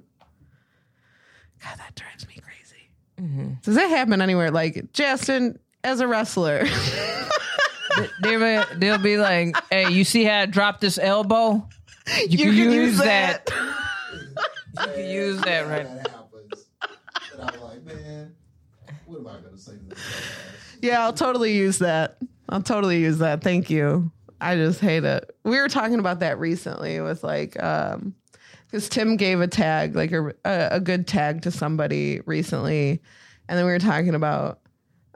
Speaker 3: God, that drives me crazy.
Speaker 2: Mm-hmm.
Speaker 3: Does that happen anywhere? Like Justin, as a wrestler,
Speaker 2: they were- they'll be like, "Hey, you see how I dropped this elbow? You, can, use, that. You can use that right."
Speaker 4: That happens. and I'm like, man, what am I gonna say to this?
Speaker 3: Yeah, I'll totally use that. I'll totally use that. Thank you. I just hate it. We were talking about that recently with like, um, because Tim gave a tag, like a, a a good tag to somebody recently, and then we were talking about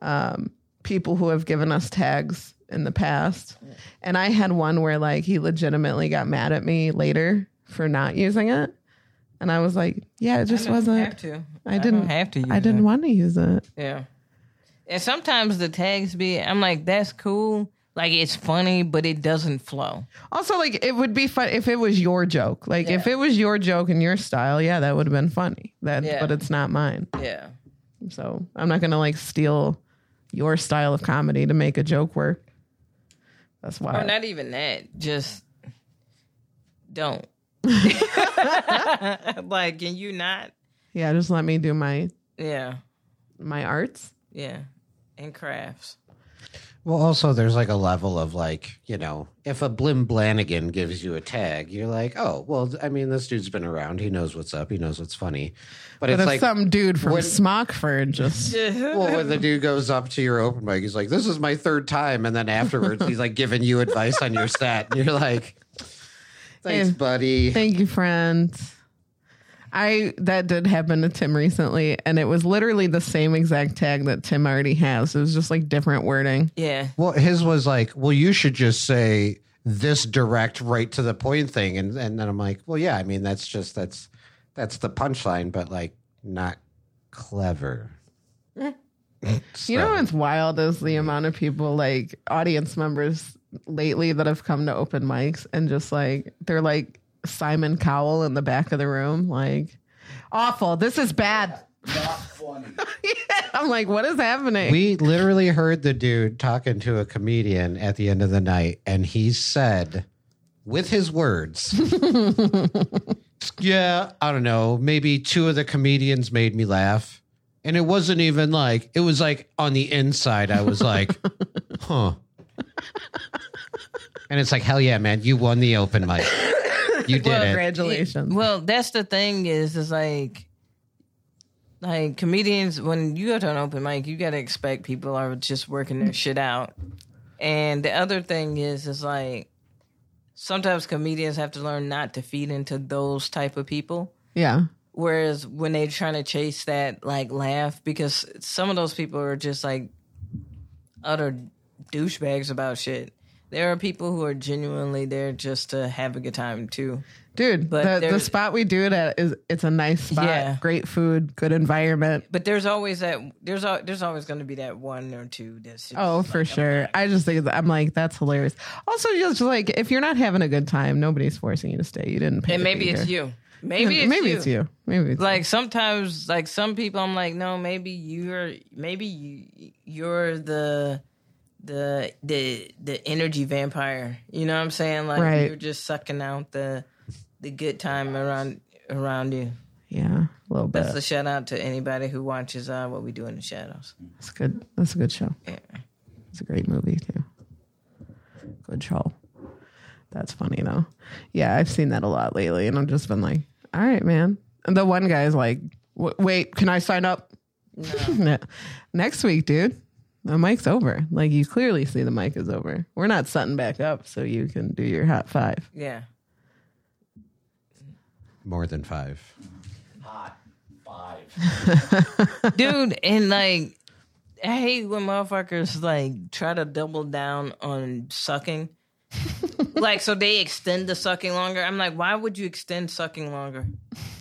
Speaker 3: um, people who have given us tags in the past, and I had one where like he legitimately got mad at me later for not using it, and I was like, yeah, it just
Speaker 2: I
Speaker 3: wasn't.
Speaker 2: have to.
Speaker 3: I
Speaker 2: don't
Speaker 3: didn't
Speaker 2: have to. Use
Speaker 3: I didn't
Speaker 2: it.
Speaker 3: want to use it.
Speaker 2: Yeah. And sometimes the tags be, I'm like, that's cool, Like it's funny, but it doesn't flow.
Speaker 3: Also, like it would be fun if it was your joke. Like if it was your joke and your style, yeah, that would have been funny. That,
Speaker 2: Yeah.
Speaker 3: but it's not mine.
Speaker 2: Yeah.
Speaker 3: So I'm not gonna like steal your style of comedy to make a joke work. That's why.
Speaker 2: Or not even that. Just don't. like, can you not?
Speaker 3: yeah, just let me do my
Speaker 2: Yeah.
Speaker 3: my arts.
Speaker 2: Yeah. And crafts.
Speaker 1: Well, also there's like a level of like, you know, if a Blim Blanigan gives you a tag, you're like, oh, well, I mean, this dude's been around. He knows what's up. He knows what's funny. But,
Speaker 3: But
Speaker 1: it's
Speaker 3: if
Speaker 1: like,
Speaker 3: some dude from
Speaker 1: when-
Speaker 3: Smockford just
Speaker 1: well, when the dude goes up to your open mic, he's like, this is my third time. And then afterwards, he's like giving you advice on your set. And you're like, thanks,
Speaker 3: Yeah.
Speaker 1: buddy.
Speaker 3: Thank you, friends. I that did happen to Tim recently, and it was literally the same exact tag that Tim already has. It was just like different wording.
Speaker 2: Yeah.
Speaker 1: Well, his was like, well, you should just say this direct, right to the point thing, and and then I'm like, well, yeah, I mean, that's just that's that's the punchline, but like not clever.
Speaker 3: Eh. You know
Speaker 1: So-
Speaker 3: what's wild is the amount of people like audience members lately that have come to open mics and just like they're like Simon Cowell in the back of the room, like awful. This is bad.
Speaker 5: Not funny.
Speaker 3: I'm like, what is happening?
Speaker 1: we literally heard the dude talking to a comedian at the end of the night, and he said, with his words, yeah, I don't know, maybe two of the comedians made me laugh. And it wasn't even like, it was like on the inside, I was like, huh. And it's like, hell yeah, man, you won the open mic. You did
Speaker 3: well,
Speaker 1: it.
Speaker 3: congratulations.
Speaker 2: It- well, that's the thing is, is like, like comedians when you go to an open mic, you gotta expect people are just working their shit out. And the other thing is, is like sometimes comedians have to learn not to feed into those type of people.
Speaker 3: yeah.
Speaker 2: Whereas when they're trying to chase that like laugh, because some of those people are just like utter douchebags about shit. There are people who are genuinely there just to have a good time too.
Speaker 3: Dude,
Speaker 2: But
Speaker 3: the, the
Speaker 2: there's-
Speaker 3: spot we do it at is it's a nice spot.
Speaker 2: Yeah.
Speaker 3: Great food, good environment.
Speaker 2: But there's always that there's al- there's always going to be that one or two that's just,
Speaker 3: Oh, for sure. I just think that I'm like, that's hilarious. Also, just like if you're not having a good time, nobody's forcing you to stay. You didn't pay.
Speaker 2: and
Speaker 3: to be
Speaker 2: maybe it's
Speaker 3: here.
Speaker 2: you. Maybe it's
Speaker 3: maybe
Speaker 2: you.
Speaker 3: it's you. Maybe it's
Speaker 2: Like sometimes, like some people, I'm like, no, maybe you're maybe you you're the the the the energy vampire. You know what I'm saying? Like
Speaker 3: Right.
Speaker 2: you're just sucking out the the good time around around you.
Speaker 3: you. yeah, a little bit.
Speaker 2: That's
Speaker 3: That's,
Speaker 2: a shout out to anybody who watches uh, what we do in the shadows.
Speaker 3: good. That's a good show.
Speaker 2: Yeah.
Speaker 3: It's a great movie too. Good show. That's funny though. Yeah, I've seen that a lot lately, and I've just been like, all right, man. And the one guy's like, "W- wait, can I sign up? No. Next week, dude. The mic's over. Like you clearly see the mic is over. We're not setting back up so you can do your hot five.
Speaker 2: Yeah.
Speaker 1: More than five.
Speaker 5: Hot five.
Speaker 2: dude. And like, I hate when motherfuckers like try to double down on sucking. like, so they extend the sucking longer. I'm like, why would you extend sucking longer?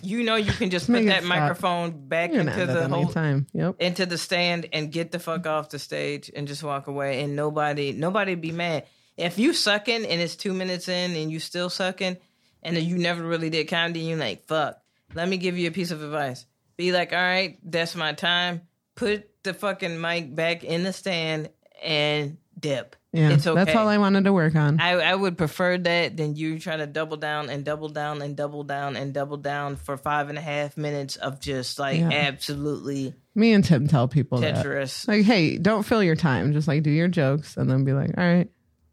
Speaker 2: You know, you can just put
Speaker 3: Make it
Speaker 2: that
Speaker 3: stop.
Speaker 2: microphone back
Speaker 3: You're not
Speaker 2: into
Speaker 3: at
Speaker 2: the
Speaker 3: that
Speaker 2: whole
Speaker 3: time. Yep.
Speaker 2: into the stand and get the fuck off the stage and just walk away and nobody nobody be mad if you sucking and it's two minutes in and you still sucking and then you never really did comedy you like fuck let me give you a piece of advice be like all right that's my time put the fucking mic back in the stand and dip
Speaker 3: Yeah.
Speaker 2: it's okay
Speaker 3: That's all I wanted to work on.
Speaker 2: I, I would prefer that than you trying to double down and double down and double down and double down for five and a half minutes of just like
Speaker 3: Yeah.
Speaker 2: absolutely
Speaker 3: Me and Tim tell people that.
Speaker 2: Tetris.
Speaker 3: Like, hey, don't fill your time. Just like do your jokes and then be like, all right,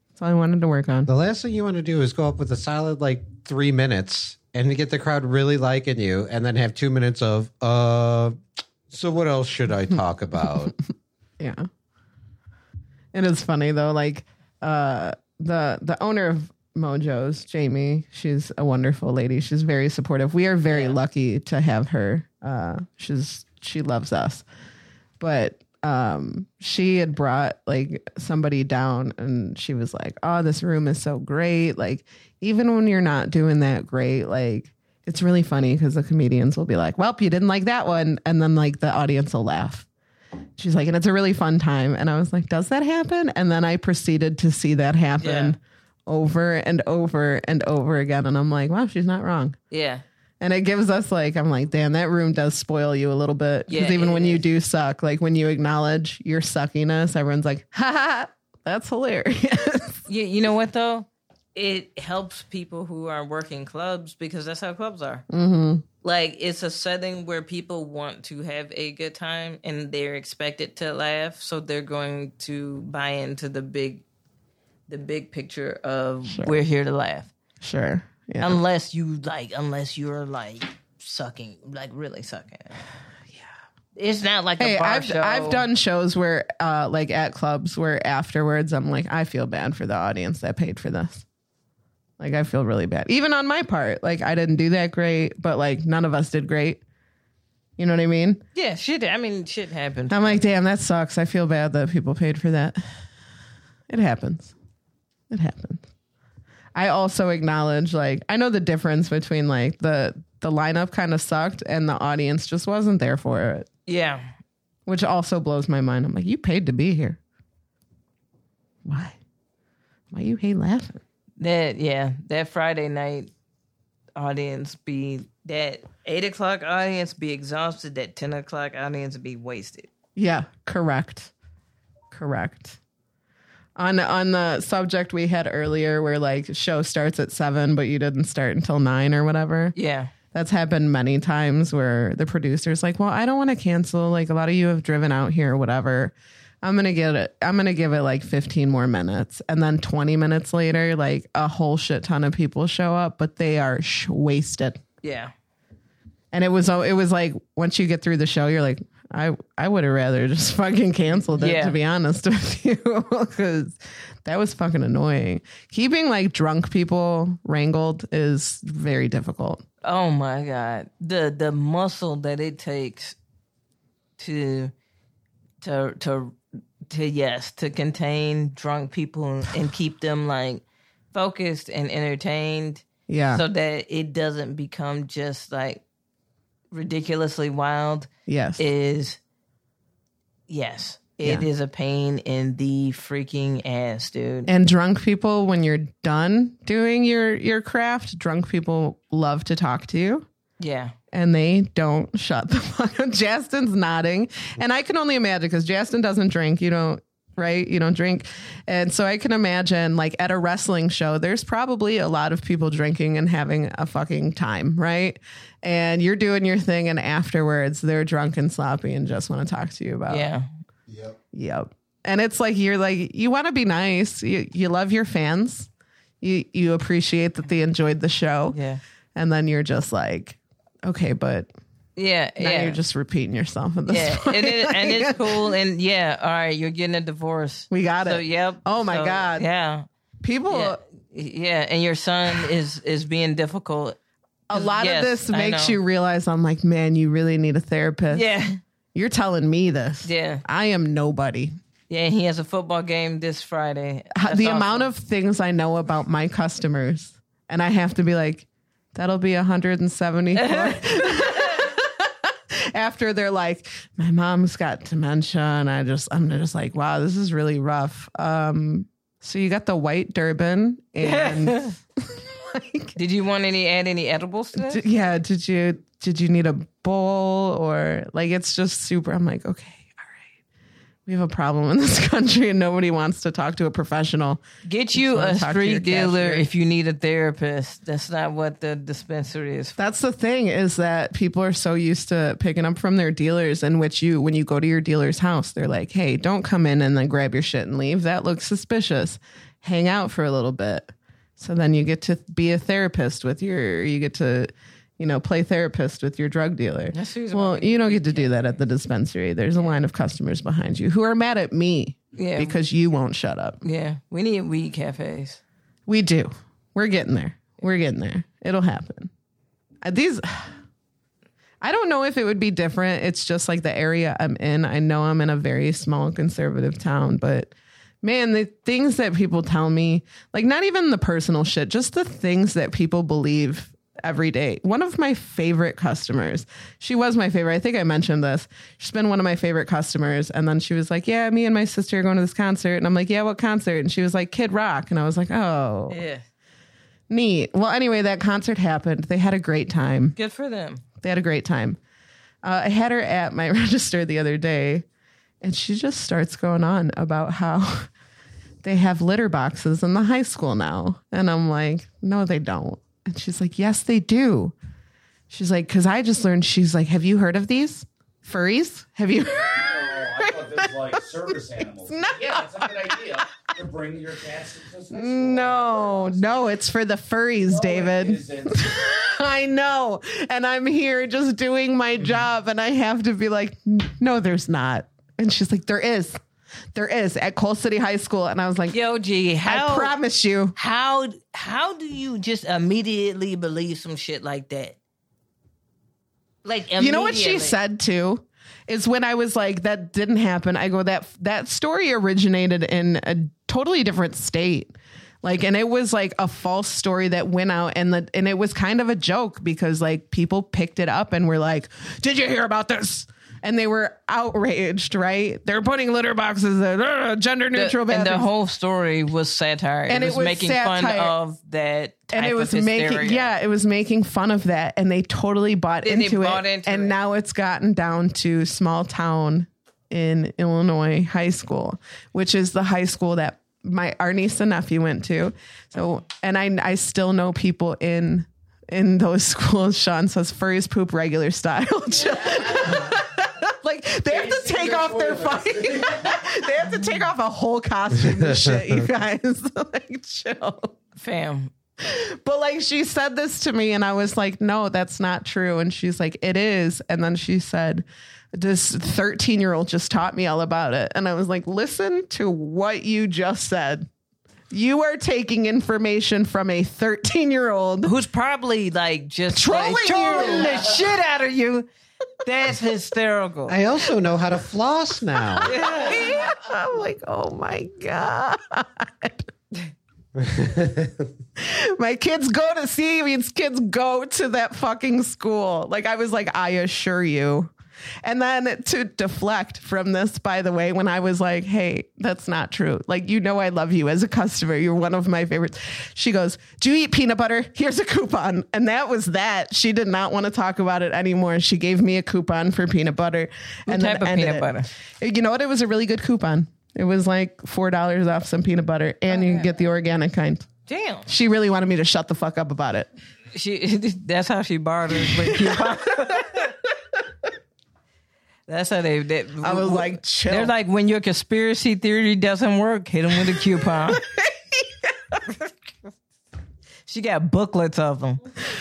Speaker 3: that's all I wanted to work on.
Speaker 1: The last thing you want to do is go up with a solid like three minutes and to get the crowd really liking you, and then have two minutes of uh. So what else should I talk about?
Speaker 3: Yeah. It is funny though, like uh the the owner of Mojo's, Jamie, she's a wonderful lady. She's very supportive. We are very lucky to have her. Uh she's she loves us. But um she had brought like somebody down and she was like, "Oh, this room is so great. Like even when you're not doing that great, like it's really funny because the comedians will be like, "Well, you didn't like that one," and then like the audience will laugh She's like, and it's a really fun time. And I was like, does that happen? And then I proceeded to see that happen over and over and over again. And I'm like, wow, she's not wrong.
Speaker 2: Yeah.
Speaker 3: And it gives us like, I'm like, damn, that room does spoil you a little bit. Because
Speaker 2: Yeah,
Speaker 3: even
Speaker 2: it
Speaker 3: when you
Speaker 2: is.
Speaker 3: do suck, like when you acknowledge your suckiness, everyone's like, ha ha, that's hilarious.
Speaker 2: You, you know what though? It helps people who are working clubs because that's how clubs are.
Speaker 3: hmm
Speaker 2: Mm-hmm. Like it's a setting where people want to have a good time and they're expected to laugh, so they're going to buy into the big the big picture of we're here to laugh.
Speaker 3: Sure. Yeah.
Speaker 2: Unless you like unless you're like sucking, like really sucking. Yeah. It's not like
Speaker 3: Hey,
Speaker 2: a bar
Speaker 3: I've
Speaker 2: show.
Speaker 3: I've done shows where, uh, like at clubs, where afterwards I'm like, I feel bad for the audience that paid for this. Like I feel really bad, even on my part. Like I didn't do that great, but like none of us did great. You know what I mean?
Speaker 2: Yeah, shit I mean shit happened.
Speaker 3: I'm like, damn, that sucks. I feel bad that people paid for that. It happens. It happens. I also acknowledge, like, I know the difference between like the the lineup kind of sucked and the audience just wasn't there for it
Speaker 2: Yeah.
Speaker 3: which also blows my mind. I'm like, you paid to be here. Why? Why you hate laughing?
Speaker 2: That yeah, that Friday night audience be that eight o'clock audience be exhausted, that ten o'clock audience be wasted.
Speaker 3: Yeah, correct, correct. On on the subject we had earlier, where like show starts at seven, but you didn't start until nine or whatever.
Speaker 2: Yeah.
Speaker 3: That's happened many times where the producer's like, "Well, I don't want to cancel. Like a lot of you have driven out here, or whatever. I'm gonna get it. I'm gonna give it like 15 more minutes, and then 20 minutes later, like a whole shit ton of people show up, but they are sh- wasted.
Speaker 2: Yeah.
Speaker 3: And it was oh, it was like once you get through the show, you're like, I I would have rather just fucking canceled it
Speaker 2: Yeah.
Speaker 3: to be honest with you, because that was fucking annoying. Keeping like drunk people wrangled is very difficult.
Speaker 2: Oh my god. The the muscle that it takes to to to to yes, to contain drunk people and keep them like focused and entertained
Speaker 3: Yeah.
Speaker 2: so that it doesn't become just like ridiculously wild.
Speaker 3: yes.
Speaker 2: is yes, it is
Speaker 3: Yeah.
Speaker 2: a pain in the freaking ass, dude.
Speaker 3: And drunk people, when you're done doing your your craft, drunk people love to talk to you,
Speaker 2: Yeah,
Speaker 3: and they don't shut the fuck up. Justin's nodding, and I can only imagine because Justin doesn't drink. You don't, right? You don't drink, and so I can imagine like at a wrestling show, there's probably a lot of people drinking and having a fucking time, right? And you're doing your thing, and afterwards they're drunk and sloppy and just want to talk to you about
Speaker 2: yeah,
Speaker 4: Yep.
Speaker 3: Yep. And it's like you're like you want to be nice. You you love your fans. You you appreciate that they enjoyed the show,
Speaker 2: yeah,
Speaker 3: and then you're just like, okay, but
Speaker 2: yeah,
Speaker 3: now
Speaker 2: yeah.
Speaker 3: you're just repeating yourself at this
Speaker 2: yeah,
Speaker 3: point.
Speaker 2: and, it, and
Speaker 3: Like,
Speaker 2: it's cool, and yeah, all right, you're getting a divorce.
Speaker 3: We got
Speaker 2: so,
Speaker 3: it.
Speaker 2: Yep.
Speaker 3: Oh my
Speaker 2: so,
Speaker 3: God. Oh.
Speaker 2: Yeah,
Speaker 3: People,
Speaker 2: yeah, yeah, and your son is is being difficult.
Speaker 3: a lot
Speaker 2: Yes,
Speaker 3: of this
Speaker 2: I
Speaker 3: makes
Speaker 2: know.
Speaker 3: you realize. I'm like, man, you really need a therapist.
Speaker 2: Yeah,
Speaker 3: You're telling me this.
Speaker 2: yeah,
Speaker 3: I am nobody.
Speaker 2: yeah. He has a football game this Friday. That's
Speaker 3: the
Speaker 2: awesome.
Speaker 3: amount of things I know about my customers, and I have to be like, that'll be 174. After they're like, my mom's got dementia, and I just, I'm just like, wow, this is really rough. Um, so you got the white turban, and like,
Speaker 2: Did you want any add any edibles to this?
Speaker 3: d- yeah, did you did you need a bowl or like it's just super? I'm like, okay, all right, we have a problem in this country, and nobody wants to talk to a professional.
Speaker 2: Get you
Speaker 3: wanna
Speaker 2: a
Speaker 3: talk to your
Speaker 2: street dealer
Speaker 3: cashier.
Speaker 2: if you need a therapist. That's not what the dispensary is for.
Speaker 3: That's the thing is that people are so used to picking up from their dealers, in which you, when you go to your dealer's house, they're like, hey, don't come in and then grab your shit and leave. That looks suspicious. Hang out for a little bit. So then you get to be a therapist with your, you get to, you know, play therapist with your drug dealer.
Speaker 2: That's the reason why
Speaker 3: Well, you don't get to do that at the dispensary. There's a line of customers behind you who are mad at me
Speaker 2: Yeah.
Speaker 3: because you won't shut up.
Speaker 2: Yeah, we need weed cafes.
Speaker 3: We do. We're getting there. We're getting there. It'll happen. Uh, These, I don't know if it would be different. It's just like the area I'm in. I know I'm in a very small conservative town, but man, the things that people tell me, like not even the personal shit, just the things that people believe every day. One of my favorite customers. She was my favorite. I think I mentioned this. She's been one of my favorite customers. And then she was like, Yeah, me and my sister are going to this concert. And I'm like, Yeah, what concert? And she was like, Kid Rock. And I was like, Oh,
Speaker 2: Yeah.
Speaker 3: neat. Well, anyway, that concert happened. They had a great time.
Speaker 2: Good for them.
Speaker 3: They had a great time. Uh, I had her at my register the other day, and she just starts going on about how they have litter boxes in the high school now. And I'm like, no, they don't. And she's like, yes, they do. She's like, because I just learned, she's like, have you heard of these furries? Have you?
Speaker 5: Oh, I thought this was like service animals.
Speaker 3: No.
Speaker 5: Yeah, it's a good idea to bring your cats to this festival.
Speaker 3: no, Oh, no, it's for the furries,
Speaker 5: No, it
Speaker 3: David.
Speaker 5: isn't.
Speaker 3: I know. And I'm here just doing my
Speaker 5: Mm-hmm.
Speaker 3: job. And I have to be like, no, there's not. And she's like, there is. There is at Cole City High School. And I was like,
Speaker 2: Yo, G,
Speaker 3: I
Speaker 2: how
Speaker 3: promise you.
Speaker 2: how how do you just immediately believe some shit like that? Like
Speaker 3: You know what she
Speaker 2: immediately.
Speaker 3: said too? Is when I was like, that didn't happen. I go, that that story originated in a totally different state. Like, and it was like a false story that went out and the and it was kind of a joke because like people picked it up and were like, Did you hear about this? And they were outraged, right? They're putting litter boxes in gender neutral
Speaker 2: and the
Speaker 3: bathrooms.
Speaker 2: whole story was satire.
Speaker 3: And
Speaker 2: it
Speaker 3: it
Speaker 2: was,
Speaker 3: was
Speaker 2: making fun
Speaker 3: satire.
Speaker 2: of that. Type
Speaker 3: and it was
Speaker 2: of
Speaker 3: making
Speaker 2: hysteria.
Speaker 3: yeah it was making fun of that and they totally bought,
Speaker 2: They- they
Speaker 3: into,
Speaker 2: bought
Speaker 3: it,
Speaker 2: into
Speaker 3: and
Speaker 2: it.
Speaker 3: now it's gotten down to small town in illinois high school which is the high school that my our niece and nephew went to so and i i still know people in in those schools sean says furries poop regular style like they have to
Speaker 5: Basing
Speaker 3: take
Speaker 5: their
Speaker 3: off their fucking
Speaker 5: toilets.
Speaker 3: they have to take off a whole costume and shit you guys like chill
Speaker 2: fam.
Speaker 3: but like she said this to me and I was like, "No, that's not true." And she's like, "It is." And then she said, "This 13-year-old just taught me all about it." And I was like, "Listen to what you just said. You are taking information from a 13-year-old."
Speaker 2: Who's probably like just
Speaker 3: Trolling
Speaker 2: like,
Speaker 3: you.
Speaker 2: trolling the shit out of you. That's hysterical.
Speaker 1: I also know how to floss now.
Speaker 3: I'm like, "Oh my god." my kids go to see means kids go to that fucking school. Like I was like, I assure you. And then to deflect from this, by the way, when I was like, hey, that's not true. Like, you know, I love you as a customer. You're one of my favorites. She goes, Do you eat peanut butter? Here's a coupon. And that was that. She did not want to talk about it anymore. She gave me a coupon for peanut butter. and
Speaker 2: type of
Speaker 3: ended
Speaker 2: peanut butter?
Speaker 3: You know what? It was a really good coupon. It was like $4 off some peanut butter, and you can get the organic kind
Speaker 2: Damn.
Speaker 3: she really wanted me to shut the fuck up about it.
Speaker 2: She that's how she barters with coupons. that's how they, they
Speaker 3: I was like, chill.
Speaker 2: They're like when your conspiracy theory doesn't work, hit them with a coupon. she got booklets of them.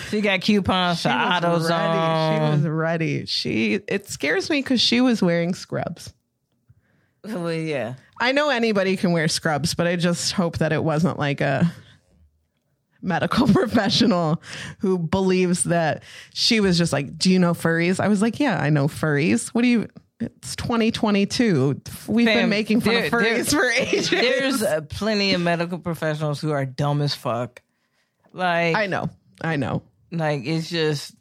Speaker 2: She got coupons to
Speaker 3: she was ready. She
Speaker 2: AutoZone.
Speaker 3: was ready. She it scares me because she was wearing scrubs.
Speaker 2: Well, yeah,
Speaker 3: I know anybody can wear scrubs, but I just hope that it wasn't like a medical professional who believes that she was just like, "Do you know furries?" I was like, "Yeah, I know furries." What do you? It's 2022. We've
Speaker 2: Fam,
Speaker 3: been making fun of
Speaker 2: there- there-
Speaker 3: furries for ages.
Speaker 2: there's uh, plenty of medical professionals who are dumb as fuck. Like,
Speaker 3: I know. I know.
Speaker 2: like it's just,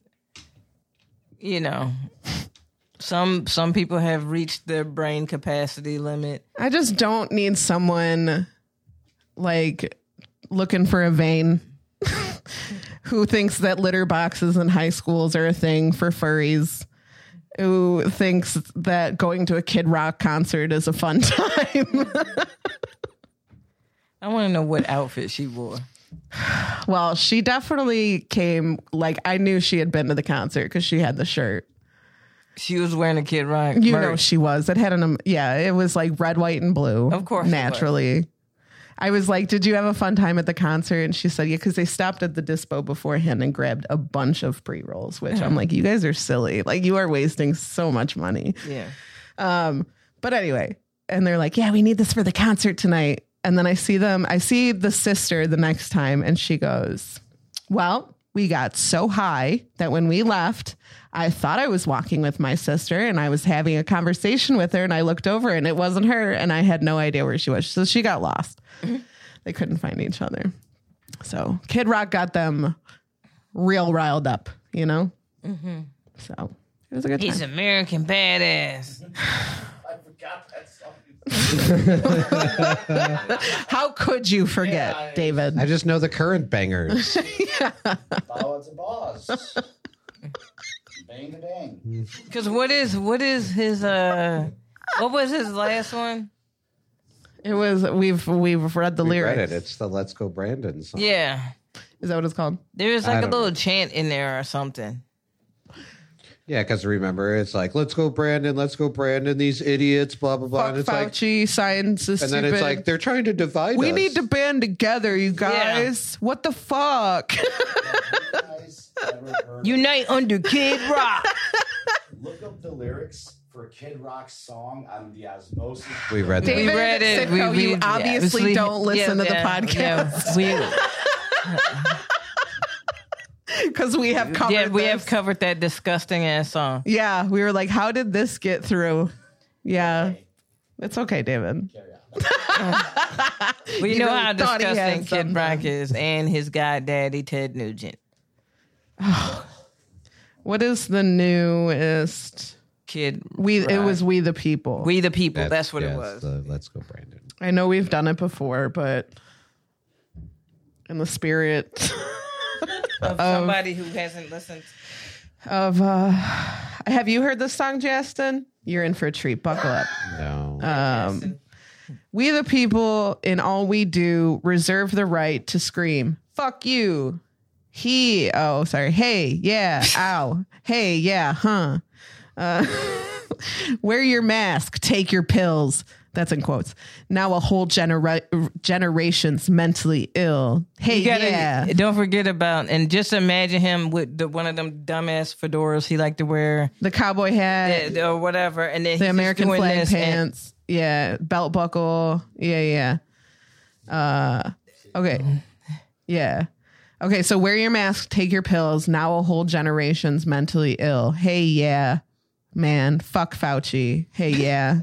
Speaker 2: you know, some some people have reached their brain capacity limit.
Speaker 3: I just don't need someone like looking for a vein who thinks that litter boxes in high schools are a thing for furries, who thinks that going to a Kid Rock concert is a fun time.
Speaker 2: I want to know what outfit she wore.
Speaker 3: well, she definitely came, like, I knew she had been to the concert because she had the shirt.
Speaker 2: She was wearing a Kid Rock.
Speaker 3: You know
Speaker 2: merch.
Speaker 3: she was. It had an um, yeah. It was like red, white, and blue.
Speaker 2: Of course it was.
Speaker 3: naturally. I was like, "Did you have a fun time at the concert?" And she said, "Yeah," because they stopped at the dispo beforehand and grabbed a bunch of pre rolls. Which I'm like, "You guys are silly. Like you are wasting so much money."
Speaker 2: yeah.
Speaker 3: Um, but anyway, and they're like, "Yeah, we need this for the concert tonight." And then I see them. I see the sister the next time, and she goes, "Well." We got so high that when we left, I thought I was walking with my sister and I was having a conversation with her. And I looked over and it wasn't her. And I had no idea where she was. So she got lost. They couldn't find each other. So Kid Rock got them real riled up, you know? So it was a good
Speaker 2: He's
Speaker 3: time.
Speaker 2: American badass.
Speaker 5: I forgot that song.
Speaker 3: How could you forget,
Speaker 5: Yeah, I-
Speaker 3: David?
Speaker 1: I just know the current bangers.
Speaker 5: Bow to boss. bang to bang.
Speaker 2: Because what is what is his uh what was his last one?
Speaker 3: it was we've we've read the
Speaker 1: We
Speaker 3: lyrics.
Speaker 1: read it. It's the Let's Go Brandon song.
Speaker 2: Yeah,
Speaker 3: Is that what it's called?
Speaker 2: there was
Speaker 1: I
Speaker 2: like a
Speaker 1: don't
Speaker 2: little chant in there or something.
Speaker 1: Yeah, because remember, it's like, let's go, Brandon, let's go, Brandon, these idiots, blah, blah, blah.
Speaker 3: Fuck
Speaker 1: and it's like,
Speaker 3: Fauci, science is
Speaker 1: and
Speaker 3: stupid.
Speaker 1: then it's like, they're trying to divide
Speaker 3: we
Speaker 1: us.
Speaker 3: need to band together, you guys. What the fuck?
Speaker 5: Guys, ever heard-
Speaker 2: Unite under Kid Rock.
Speaker 5: Look up the lyrics for Kid Rock's song on the Osmosis.
Speaker 1: We read that.
Speaker 2: we
Speaker 3: David
Speaker 2: read it. We,
Speaker 3: Sitko,
Speaker 2: we
Speaker 3: you
Speaker 2: yeah,
Speaker 3: obviously
Speaker 2: we-
Speaker 3: don't listen to the podcast. Because we have
Speaker 2: Yeah, we,
Speaker 3: covered.
Speaker 2: yeah, we have
Speaker 3: this.
Speaker 2: covered that disgusting ass song.
Speaker 3: Yeah, we were like, how did this get through? Yeah. It's okay, David.
Speaker 2: We
Speaker 3: You
Speaker 2: know
Speaker 3: really
Speaker 2: how
Speaker 3: thought he had
Speaker 2: disgusting Kid
Speaker 3: something.
Speaker 2: Rock is and his goddaddy Ted Nugent.
Speaker 3: What is the newest?
Speaker 2: Kid,
Speaker 3: We it
Speaker 2: Rock.
Speaker 3: was we the people.
Speaker 2: we the people. That's, what
Speaker 1: yeah,
Speaker 2: it
Speaker 1: it's
Speaker 2: was.
Speaker 1: the let's go, Brandon.
Speaker 3: I know we've done it before, but in the spirit
Speaker 2: of
Speaker 3: Oh.
Speaker 2: somebody who hasn't listened.
Speaker 3: of uh have you heard this song, Justin? You're in for a treat. Buckle up.
Speaker 1: No.
Speaker 3: Um, we the people in all we do reserve the right to scream, fuck you. He, oh, sorry. Hey, yeah, ow. Hey, yeah, huh. Uh, wear your mask, take your pills. That's in quotes. Now a whole genera- generation's mentally ill. Hey,
Speaker 2: You gotta,
Speaker 3: yeah.
Speaker 2: Don't forget about and just imagine him with the, one of them dumbass fedoras he liked to wear
Speaker 3: the cowboy hat,
Speaker 2: eh, or whatever, and then
Speaker 3: the
Speaker 2: he's
Speaker 3: American
Speaker 2: just doing
Speaker 3: flag
Speaker 2: this and-
Speaker 3: pants. yeah, belt buckle. Yeah, yeah. Uh, okay. Yeah. Okay, so wear your mask, take your pills. Now a whole generation's mentally ill. Hey, yeah, man. Fuck Fauci. Hey, yeah.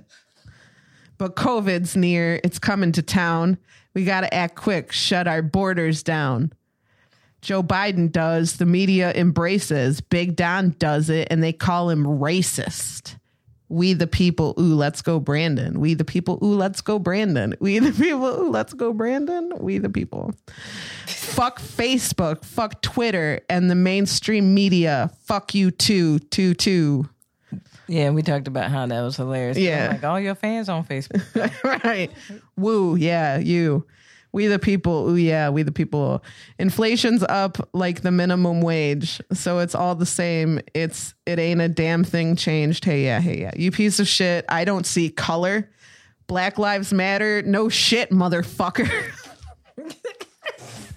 Speaker 3: but COVID's near. It's coming to town. We got to act quick, shut our borders down. Joe Biden does, the media embraces. Big Don does it, and they call him racist. We the people, ooh, let's go, Brandon. We the people, ooh, let's go, Brandon. We the people, ooh, let's go, Brandon. We the people. fuck Facebook, fuck Twitter, and the mainstream media. Fuck you too, too, too.
Speaker 2: Yeah, we talked about how that was hilarious.
Speaker 3: Yeah.
Speaker 2: I'm like all your fans on Facebook.
Speaker 3: right. Woo, yeah, you. We the people, ooh yeah, we the people. Inflation's up like the minimum wage. So it's all the same. It's it ain't a damn thing changed. Hey yeah, hey yeah. You piece of shit. I don't see color. Black Lives Matter. No shit, motherfucker.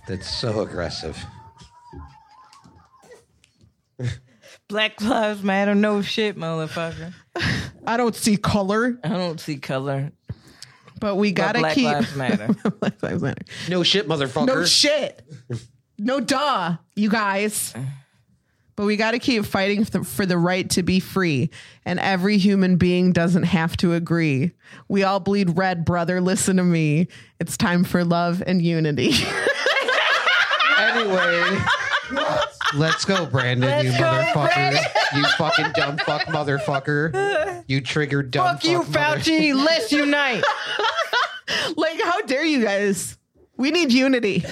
Speaker 1: That's so aggressive.
Speaker 2: Black Lives Matter, no shit, motherfucker.
Speaker 3: I don't see color.
Speaker 2: I don't see color.
Speaker 3: But we
Speaker 2: But
Speaker 3: gotta
Speaker 2: Black
Speaker 3: keep
Speaker 2: Lives Matter.
Speaker 3: Black Lives Matter.
Speaker 1: No shit, motherfucker.
Speaker 3: No shit. No duh, you guys. But we got to keep fighting f- for the right to be free. And every human being doesn't have to agree. We all bleed red, brother. Listen to me. It's time for love and unity.
Speaker 1: Anyway, let's go, Brandon, you motherfucker. You fucking dumb fuck motherfucker. You triggered dumb fuck. mother-
Speaker 2: Let's unite.
Speaker 3: like, how dare you guys? We need unity.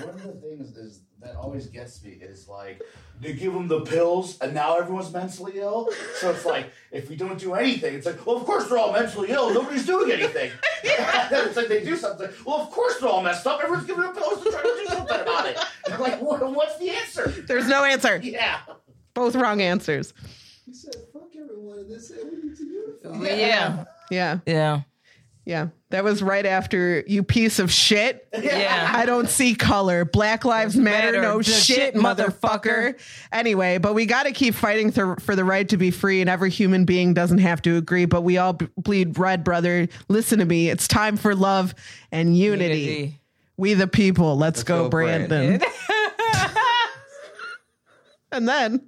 Speaker 5: One of the things is that always gets me is like they give them the pills and now everyone's mentally ill. So it's like if we don't do anything, it's like well of course they're all mentally ill. Nobody's doing anything. it's like they do something. Well of course they're all messed up. Everyone's giving them pills to try to do something about it. And like what, what's the answer?
Speaker 3: There's no answer.
Speaker 5: Yeah.
Speaker 3: Both wrong answers.
Speaker 4: You said fuck everyone, and they said we need to unify.
Speaker 2: Yeah.
Speaker 3: Yeah.
Speaker 2: Yeah.
Speaker 3: Yeah. That was right after you piece of shit.
Speaker 2: Yeah.
Speaker 3: I don't see color. Black lives matter.
Speaker 2: Matter.
Speaker 3: No
Speaker 2: The
Speaker 3: shit,
Speaker 2: shit,
Speaker 3: motherfucker.
Speaker 2: motherfucker.
Speaker 3: Anyway, but we got to keep fighting th- for the right to be free, and every human being doesn't have to agree. But we all b- bleed red, brother. Listen to me. It's time for love and unity.
Speaker 2: Unity.
Speaker 3: We the people. Let's, go,
Speaker 1: go,
Speaker 3: Brandon.
Speaker 1: Brandon.
Speaker 3: and then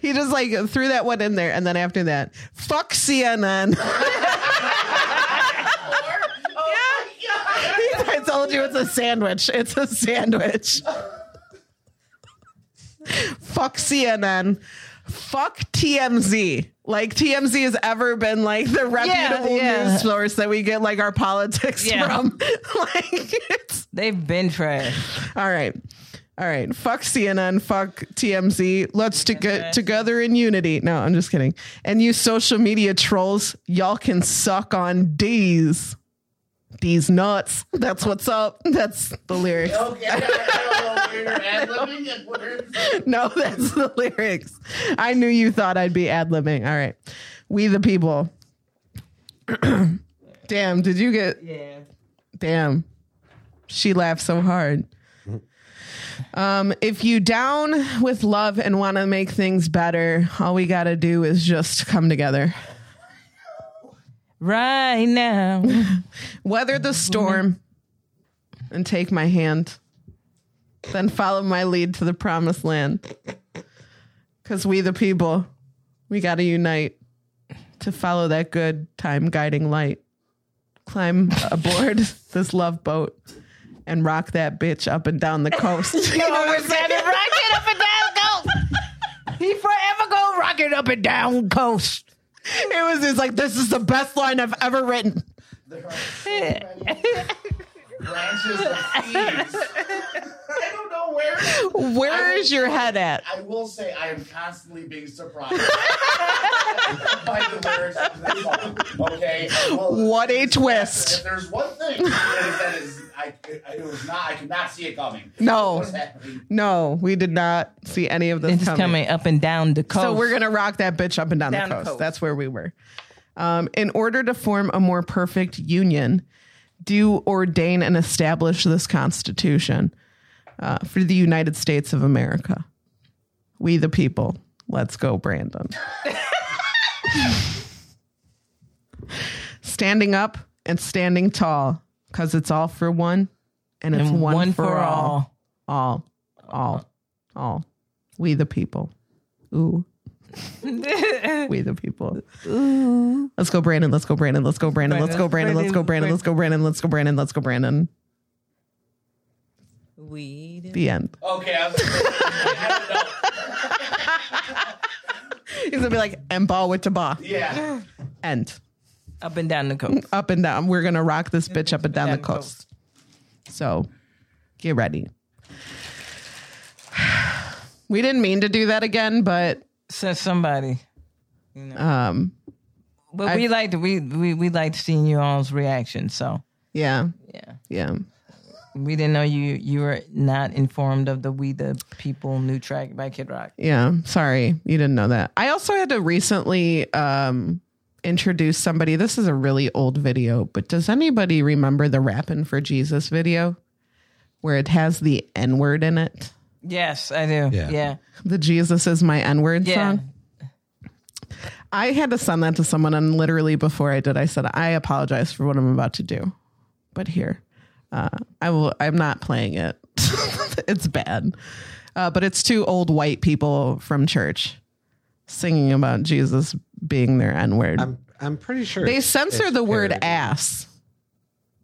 Speaker 3: he just like threw that one in there, and then after that, fuck
Speaker 2: Oh,
Speaker 3: CNN. I told you it's a sandwich. It's a sandwich. fuck CNN, fuck TMZ. Like TMZ has ever been like the reputable
Speaker 2: yeah.
Speaker 3: news source that we get like our politics
Speaker 2: Yeah.
Speaker 3: from. like it's
Speaker 2: They've been trash.
Speaker 3: all right. All right. Fuck CNN. Fuck TMZ. Let's to together in unity. No, I'm just kidding. And you social media trolls, y'all can suck on D's. D's nuts. That's what's up. That's the lyrics.
Speaker 5: Okay, I don't know where you're ad libbing and where-
Speaker 3: No, that's the lyrics. I knew you thought I'd be ad libbing. All right. We the people. damn, did you get
Speaker 2: Yeah.
Speaker 3: damn. She laughed so hard. Um, if you down with love and want to make things better, all we gotta do is just come together.
Speaker 2: Right now.
Speaker 3: Weather the storm and take my hand. Then follow my lead to the promised land. Cause we the people, we gotta unite to follow that good time guiding light. Climb aboard this love boat and rock that bitch up and down the coast. You know what I'm saying?
Speaker 2: Rocket up and down coast. He forever go rocket up and down coast.
Speaker 3: It was just like this is the best line I've ever written.
Speaker 5: There are so many branches of thieves. I don't know where.
Speaker 3: Where is your head at?
Speaker 5: I will say I am constantly being surprised by the lyrics of this song. Okay. Well,
Speaker 3: What a
Speaker 5: If
Speaker 3: twist.
Speaker 5: there's one thing that is, that is I, it was not, I could not see it coming.
Speaker 3: No.
Speaker 5: What's happening?
Speaker 3: No, we did not see any of this
Speaker 2: It's
Speaker 3: coming.
Speaker 2: coming up and down the coast.
Speaker 3: So we're gonna rock that bitch up and down,
Speaker 2: Down
Speaker 3: the,
Speaker 2: the
Speaker 3: coast.
Speaker 2: coast.
Speaker 3: That's where we were. Um, in order to form a more perfect union, do ordain and establish this Constitution uh, for the United States of America. We the people. Let's go, Brandon. standing up and standing tall, because it's all for one, and it's
Speaker 2: And
Speaker 3: one, for, all, all, all, all. We the people. Ooh. We the people. Let's go, Brandon. Let's go, Brandon. Let's go, Brandon. Let's go, Brandon. Let's go, Brandon. Let's go, Brandon. Let's go, Brandon. Let's go, Brandon.
Speaker 2: We did-
Speaker 3: The Oh. end.
Speaker 5: Okay. I was, I don't know.
Speaker 3: He's gonna be like, and ball with Taba.
Speaker 5: Yeah.
Speaker 3: End.
Speaker 2: up and down the coast.
Speaker 3: Up and down. We're gonna rock this bitch up and down the coast. So get ready. We didn't mean to do that again, but
Speaker 2: Says somebody.
Speaker 3: um,
Speaker 2: But we liked we we we liked seeing you all's reaction. So
Speaker 3: yeah,
Speaker 2: yeah.
Speaker 3: yeah.
Speaker 2: We didn't know you you were not informed of the We the People new track by Kid Rock.
Speaker 3: Yeah, sorry, you didn't know that. I also had to recently um, introduce somebody. This is a really old video, but does anybody remember the "Rapping for Jesus" video where it has the N word in it?
Speaker 2: Yes, I do.
Speaker 1: Yeah.
Speaker 2: Yeah. Yeah.
Speaker 3: The "Jesus is my N word" song. I had to send that to someone, and literally before I did, I said, "I apologize for what I'm about to do," but here, uh, I will. I'm not playing it. it's bad, uh, but it's two old white people from church singing about Jesus being their N word.
Speaker 1: I'm I'm pretty sure
Speaker 3: They
Speaker 1: it's-
Speaker 3: censor
Speaker 1: it's
Speaker 3: the word
Speaker 1: parody.
Speaker 3: "ass,"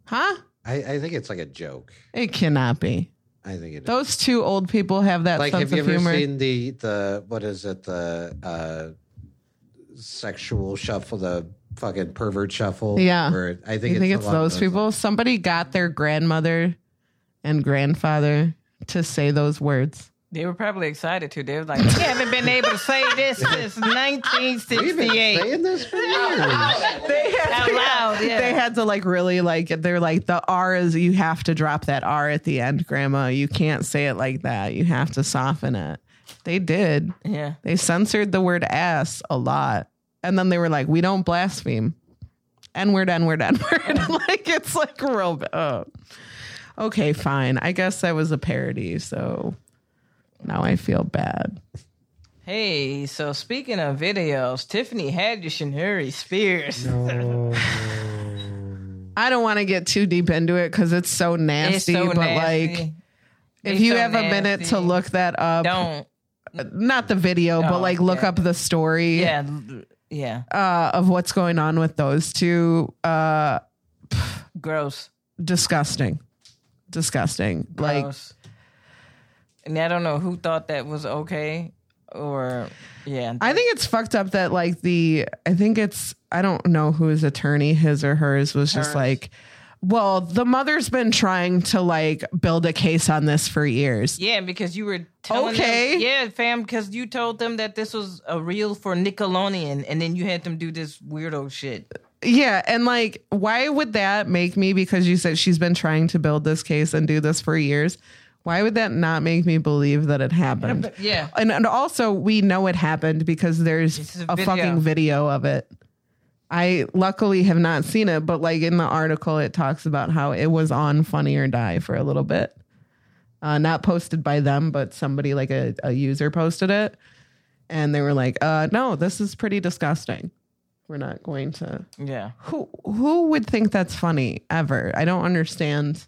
Speaker 3: huh?
Speaker 1: I, I think it's like a joke.
Speaker 3: It cannot be.
Speaker 1: I think it is.
Speaker 3: Those two old people have that
Speaker 1: Like,
Speaker 3: sense
Speaker 1: have you
Speaker 3: of
Speaker 1: ever
Speaker 3: humor.
Speaker 1: seen the the what is it the uh, sexual shuffle, the fucking pervert shuffle?
Speaker 3: Yeah.
Speaker 1: where I
Speaker 3: you
Speaker 1: think it's,
Speaker 3: think it's
Speaker 1: along
Speaker 3: those people? Somebody got their grandmother and grandfather to say those words.
Speaker 2: They were probably excited too. They were like, we haven't been able to say this since
Speaker 1: We've been
Speaker 2: 1968
Speaker 1: saying this for years.
Speaker 3: They had,
Speaker 2: out loud. Yeah.
Speaker 3: they had to like really like they're like the R is you have to drop that R at the end, grandma. You can't say it like that. You have to soften it. They did.
Speaker 2: yeah.
Speaker 3: They censored the word ass a lot. And then they were like, we don't blaspheme. N word, N word, N word. like it's like real. b- Oh. Okay, fine. I guess that was a parody. So now I feel bad.
Speaker 2: Hey, so speaking of videos, Tiffany Haddish and Harry Spears.
Speaker 3: I don't want to get too deep into it because it's so nasty.
Speaker 2: It's so
Speaker 3: but
Speaker 2: nasty.
Speaker 3: like, if
Speaker 2: It's
Speaker 3: you
Speaker 2: so
Speaker 3: have a minute to
Speaker 2: nasty.
Speaker 3: look that up,
Speaker 2: don't.
Speaker 3: not the video, but
Speaker 2: Don't,
Speaker 3: like look
Speaker 2: yeah.
Speaker 3: up the story.
Speaker 2: Yeah. l- Yeah.
Speaker 3: Uh, of what's going on with those two. Uh,
Speaker 2: Gross.
Speaker 3: disgusting, disgusting. Like
Speaker 2: Gross. And I don't know who thought that was okay. or yeah,
Speaker 3: I think it's fucked up that like the I think it's I don't know who his attorney his or hers was just
Speaker 2: Hers.
Speaker 3: like well the mother's been trying to like build a case on this for years.
Speaker 2: yeah, because you were telling
Speaker 3: Okay.
Speaker 2: them, yeah, fam, because you told them that this was a reel for Nickelodeon, and then you had them do this weirdo shit.
Speaker 3: Yeah, and like why would that make me because you said she's been trying to build this case and do this for years? Why would that not make me believe that it happened?
Speaker 2: Yeah,
Speaker 3: And, and also we know it happened because
Speaker 2: It's
Speaker 3: there's
Speaker 2: a
Speaker 3: a,
Speaker 2: video.
Speaker 3: fucking video of it. I luckily have not seen it, but like in the article, it talks about how it was on Funny or Die for a little bit. Uh, not posted by them, but somebody like a, a user posted it. And they were like, uh, no, this is pretty disgusting. We're not going to.
Speaker 2: yeah.
Speaker 3: Who who would think that's funny ever? I don't understand.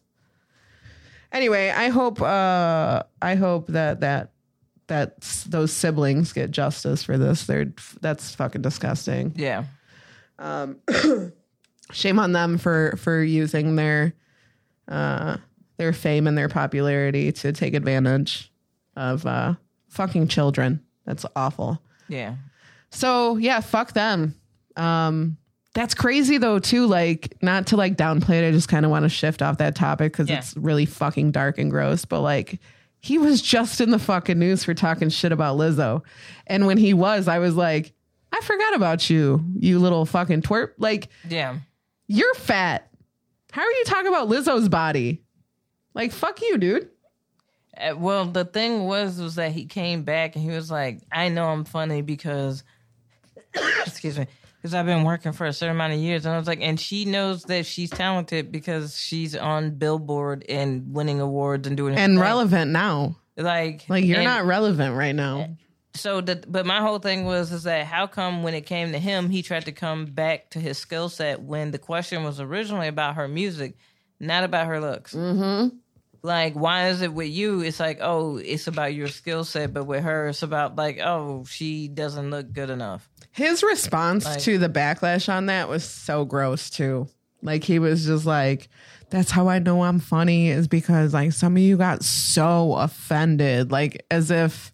Speaker 3: Anyway, I hope uh I hope that that that s- those siblings get justice for this. They're that's fucking disgusting.
Speaker 2: Yeah.
Speaker 3: Um shame on them for for using their uh their fame and their popularity to take advantage of uh fucking children. That's awful.
Speaker 2: Yeah.
Speaker 3: So yeah, fuck them. Um, that's crazy though too. Like not to like downplay it. I just kind of want to shift off that topic because
Speaker 2: Yeah.
Speaker 3: it's really fucking dark and gross. But like, he was just in the fucking news for talking shit about Lizzo, and when he was, I was like, I forgot about you, you little fucking twerp. Like
Speaker 2: Yeah.
Speaker 3: you're fat. How are you talking about Lizzo's body? Like fuck you, dude.
Speaker 2: Uh, well, the thing was was that he came back and he was like, "I know I'm funny because, excuse me, because I've been working for a certain amount of years." And I was like, "And she knows that she's talented because she's on Billboard and winning awards and doing her
Speaker 3: And
Speaker 2: thing."
Speaker 3: relevant now.
Speaker 2: Like,
Speaker 3: Like you're
Speaker 2: and
Speaker 3: not relevant right now.
Speaker 2: So, the, but my whole thing was is that how come when it came to him, he tried to come back to his skill set when the question was originally about her music, not about her looks like why is it with you it's like oh it's about your skill set but with her it's about like oh she doesn't look good enough
Speaker 3: His response to the backlash on that was so gross too. Like he was just like, "That's how I know I'm funny is because like some of you got so offended, like as if."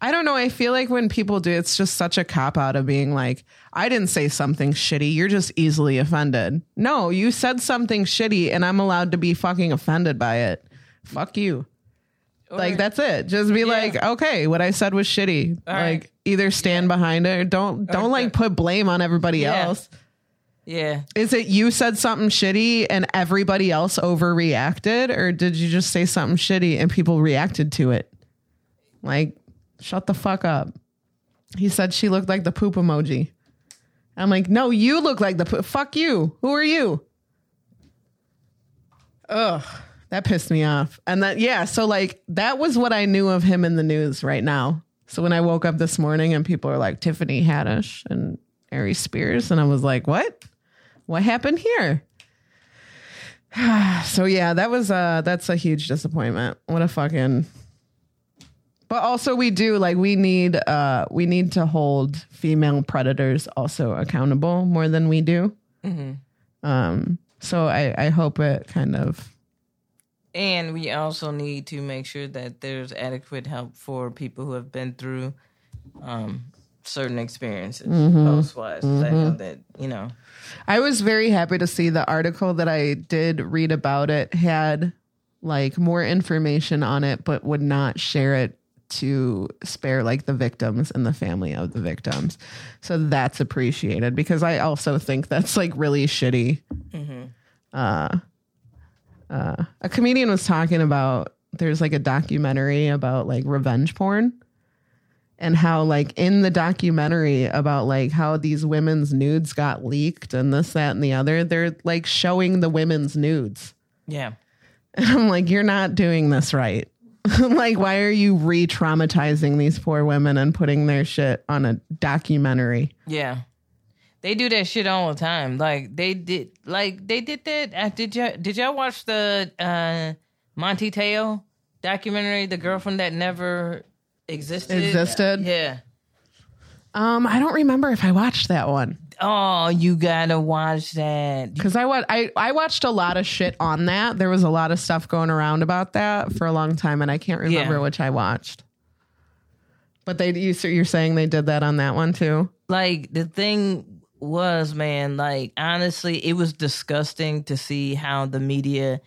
Speaker 3: I don't know. I feel like when people do, it's just such a cop out of being like, I didn't say something shitty. You're just easily offended. No, you said something shitty and I'm allowed to be fucking offended by it. Fuck you. like, that's it. Just be like, okay, what I said was shitty.
Speaker 2: All
Speaker 3: like,
Speaker 2: right.
Speaker 3: either stand behind it or don't, don't like put blame on everybody
Speaker 2: Yeah.
Speaker 3: else.
Speaker 2: yeah
Speaker 3: Is it you said something shitty and everybody else overreacted, or did you just say something shitty and people reacted to it? Like, shut the fuck up. He said she looked like the poop emoji. I'm like, no, you look like the poop. Fuck you. Who are you? Ugh, that pissed me off. And that, yeah, so like, that was what I knew of him in the news right now. So when I woke up this morning and people are like Tiffany Haddish and Ari Spears, and I was like, what? what happened here? so yeah, that was uh that's a huge disappointment. What a fucking But also we do like we need uh we need to hold female predators also accountable more than we do. Um so I I hope it kind of
Speaker 2: and we also need to make sure that there's adequate help for people who have been through um certain experiences post wise i know that you know
Speaker 3: I was very happy to see the article that I did read about it had like more information on it, but would not share it to spare like the victims and the family of the victims. So that's appreciated because I also think that's like really shitty. Uh, uh, a comedian was talking about there's like a documentary about like revenge porn and how like in the documentary about like how these women's nudes got leaked and this that and the other they're like showing the women's nudes
Speaker 2: yeah
Speaker 3: and i'm like you're not doing this right like why are you re-traumatizing these poor women and putting their shit on a documentary
Speaker 2: yeah they do that shit all the time like they did like they did that uh, did you did y'all watch the uh monty Teo documentary the girlfriend that never existed
Speaker 3: existed
Speaker 2: yeah
Speaker 3: um i don't remember if i watched that one
Speaker 2: Oh, you gotta watch that.
Speaker 3: because I, wa- I i watched a lot of shit on that there was a lot of stuff going around about that for a long time and i can't remember
Speaker 2: Yeah.
Speaker 3: which i watched But they, you, so you're saying they did that on that one too?
Speaker 2: like the thing was man like honestly it was disgusting to see how the media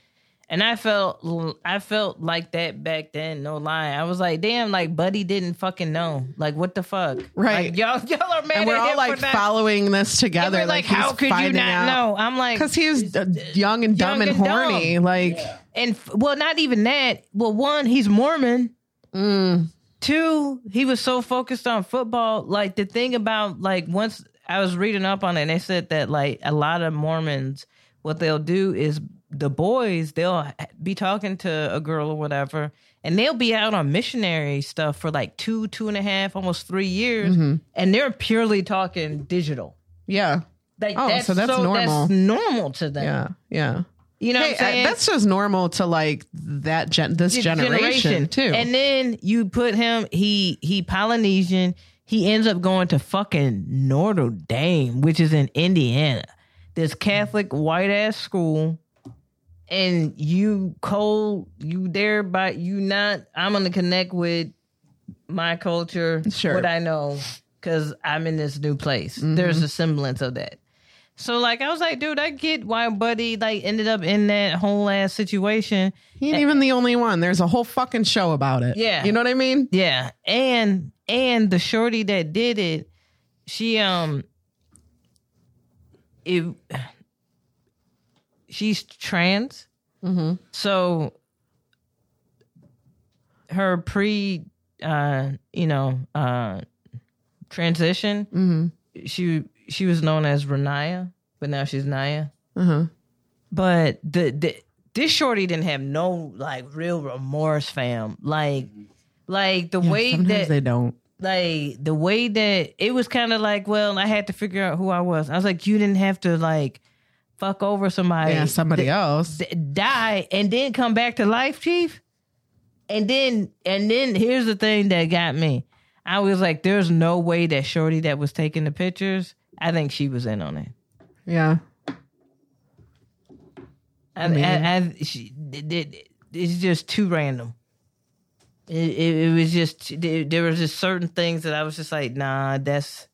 Speaker 2: and i felt i felt like that back then no lie i was like damn like buddy didn't fucking know like what the fuck
Speaker 3: Right.
Speaker 2: Like, y'all y'all are mad
Speaker 3: and we're
Speaker 2: at him
Speaker 3: all
Speaker 2: for
Speaker 3: like
Speaker 2: not-
Speaker 3: following this
Speaker 2: and
Speaker 3: together.
Speaker 2: we're like, how could you not know i'm like
Speaker 3: Because he was uh, young and dumb
Speaker 2: young
Speaker 3: and,
Speaker 2: and
Speaker 3: horny. Like,
Speaker 2: and f- well not even that well one he's mormon
Speaker 3: mm,
Speaker 2: Two, he was so focused on football. Like the thing about like once I was reading up on it, and they said that like a lot of Mormons, what they'll do is the boys they'll be talking to a girl or whatever, and they'll be out on missionary stuff for like two, two and a half, almost three years,
Speaker 3: Mm-hmm.
Speaker 2: and they're purely talking digital.
Speaker 3: yeah,
Speaker 2: Like
Speaker 3: Oh,
Speaker 2: that's
Speaker 3: so that's normal.
Speaker 2: That's normal to them.
Speaker 3: yeah, yeah.
Speaker 2: You know what
Speaker 3: Hey,
Speaker 2: I'm saying?
Speaker 3: I- that's just normal to like that gen- this
Speaker 2: Ge-
Speaker 3: generation, too.
Speaker 2: And then you put him. He he Polynesian. He ends up going to fucking Notre Dame, which is in Indiana. This Catholic white ass school, and you cold you there by you not. I'm gonna connect with my culture,
Speaker 3: Sure. Mm-hmm.
Speaker 2: what I know, because I'm in this new place. There's a semblance of that. So like I was like, dude, I get why Buddy like ended up in that whole ass situation.
Speaker 3: he ain't even the only one. There's a whole fucking show about it.
Speaker 2: Yeah.
Speaker 3: you know what I mean.
Speaker 2: Yeah, and and the shorty that did it, she um, it, she's trans,
Speaker 3: Mhm.
Speaker 2: so her pre, uh, you know, uh, transition,
Speaker 3: Mm-hmm.
Speaker 2: she she was known as Renaya, but now she's Naya.
Speaker 3: Uh huh.
Speaker 2: But the, the this shorty didn't have no like real remorse, fam. Like, like the way
Speaker 3: sometimes
Speaker 2: that
Speaker 3: they don't.
Speaker 2: like the way that it was kind of like, well, I had to figure out who I was. I was like, you didn't have to like fuck over somebody,
Speaker 3: yeah, somebody else.
Speaker 2: d- die, and then come back to life, chief. And then, and then here's the thing that got me. I was like, there's no way that shorty that was taking the pictures. I think she was in on it.
Speaker 3: yeah,
Speaker 2: I, I, I, she, it, it, it's just too random. It, it, it was just there, there was just certain things that I was just like, nah, that's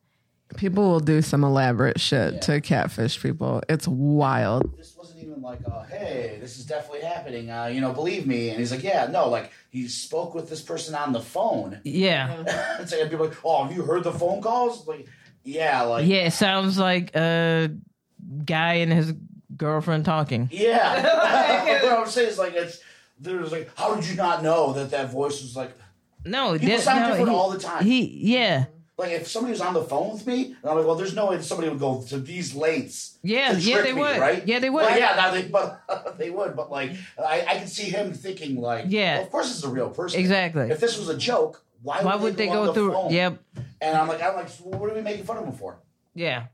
Speaker 3: people will do some elaborate shit to catfish people. It's wild.
Speaker 5: this wasn't even like, uh, hey, this is definitely happening. Uh, you know, believe me. And he's like, yeah, no, like he spoke with this person on the phone.
Speaker 2: yeah,
Speaker 5: and so people are like, oh, have you heard the phone calls? Like, yeah, like,
Speaker 2: yeah. It sounds like a guy and his girlfriend talking.
Speaker 5: yeah. what I'm saying is like, it's there's like, how did you not know that that voice was like,
Speaker 2: No,
Speaker 5: people
Speaker 2: that-
Speaker 5: sound
Speaker 2: no,
Speaker 5: different
Speaker 2: he,
Speaker 5: all the time.
Speaker 2: he, yeah,
Speaker 5: like if somebody was on the phone with me, and I'm like, well, there's no way that somebody would go to these lengths.
Speaker 2: Yeah,
Speaker 5: to
Speaker 2: yeah,
Speaker 5: trick
Speaker 2: they
Speaker 5: me,
Speaker 2: would.
Speaker 5: right?
Speaker 2: Yeah, they would.
Speaker 5: Well, yeah, now they, but they would. But like, I, I can see him thinking like,
Speaker 2: Yeah.
Speaker 5: well, of course it's a real person.
Speaker 2: Exactly.
Speaker 5: If this was a joke, why,
Speaker 2: Why would they go
Speaker 5: on the
Speaker 2: through-
Speaker 5: Phone?
Speaker 2: yep.
Speaker 5: And I'm like, I'm like, well, what are we making fun of him for?
Speaker 2: yeah,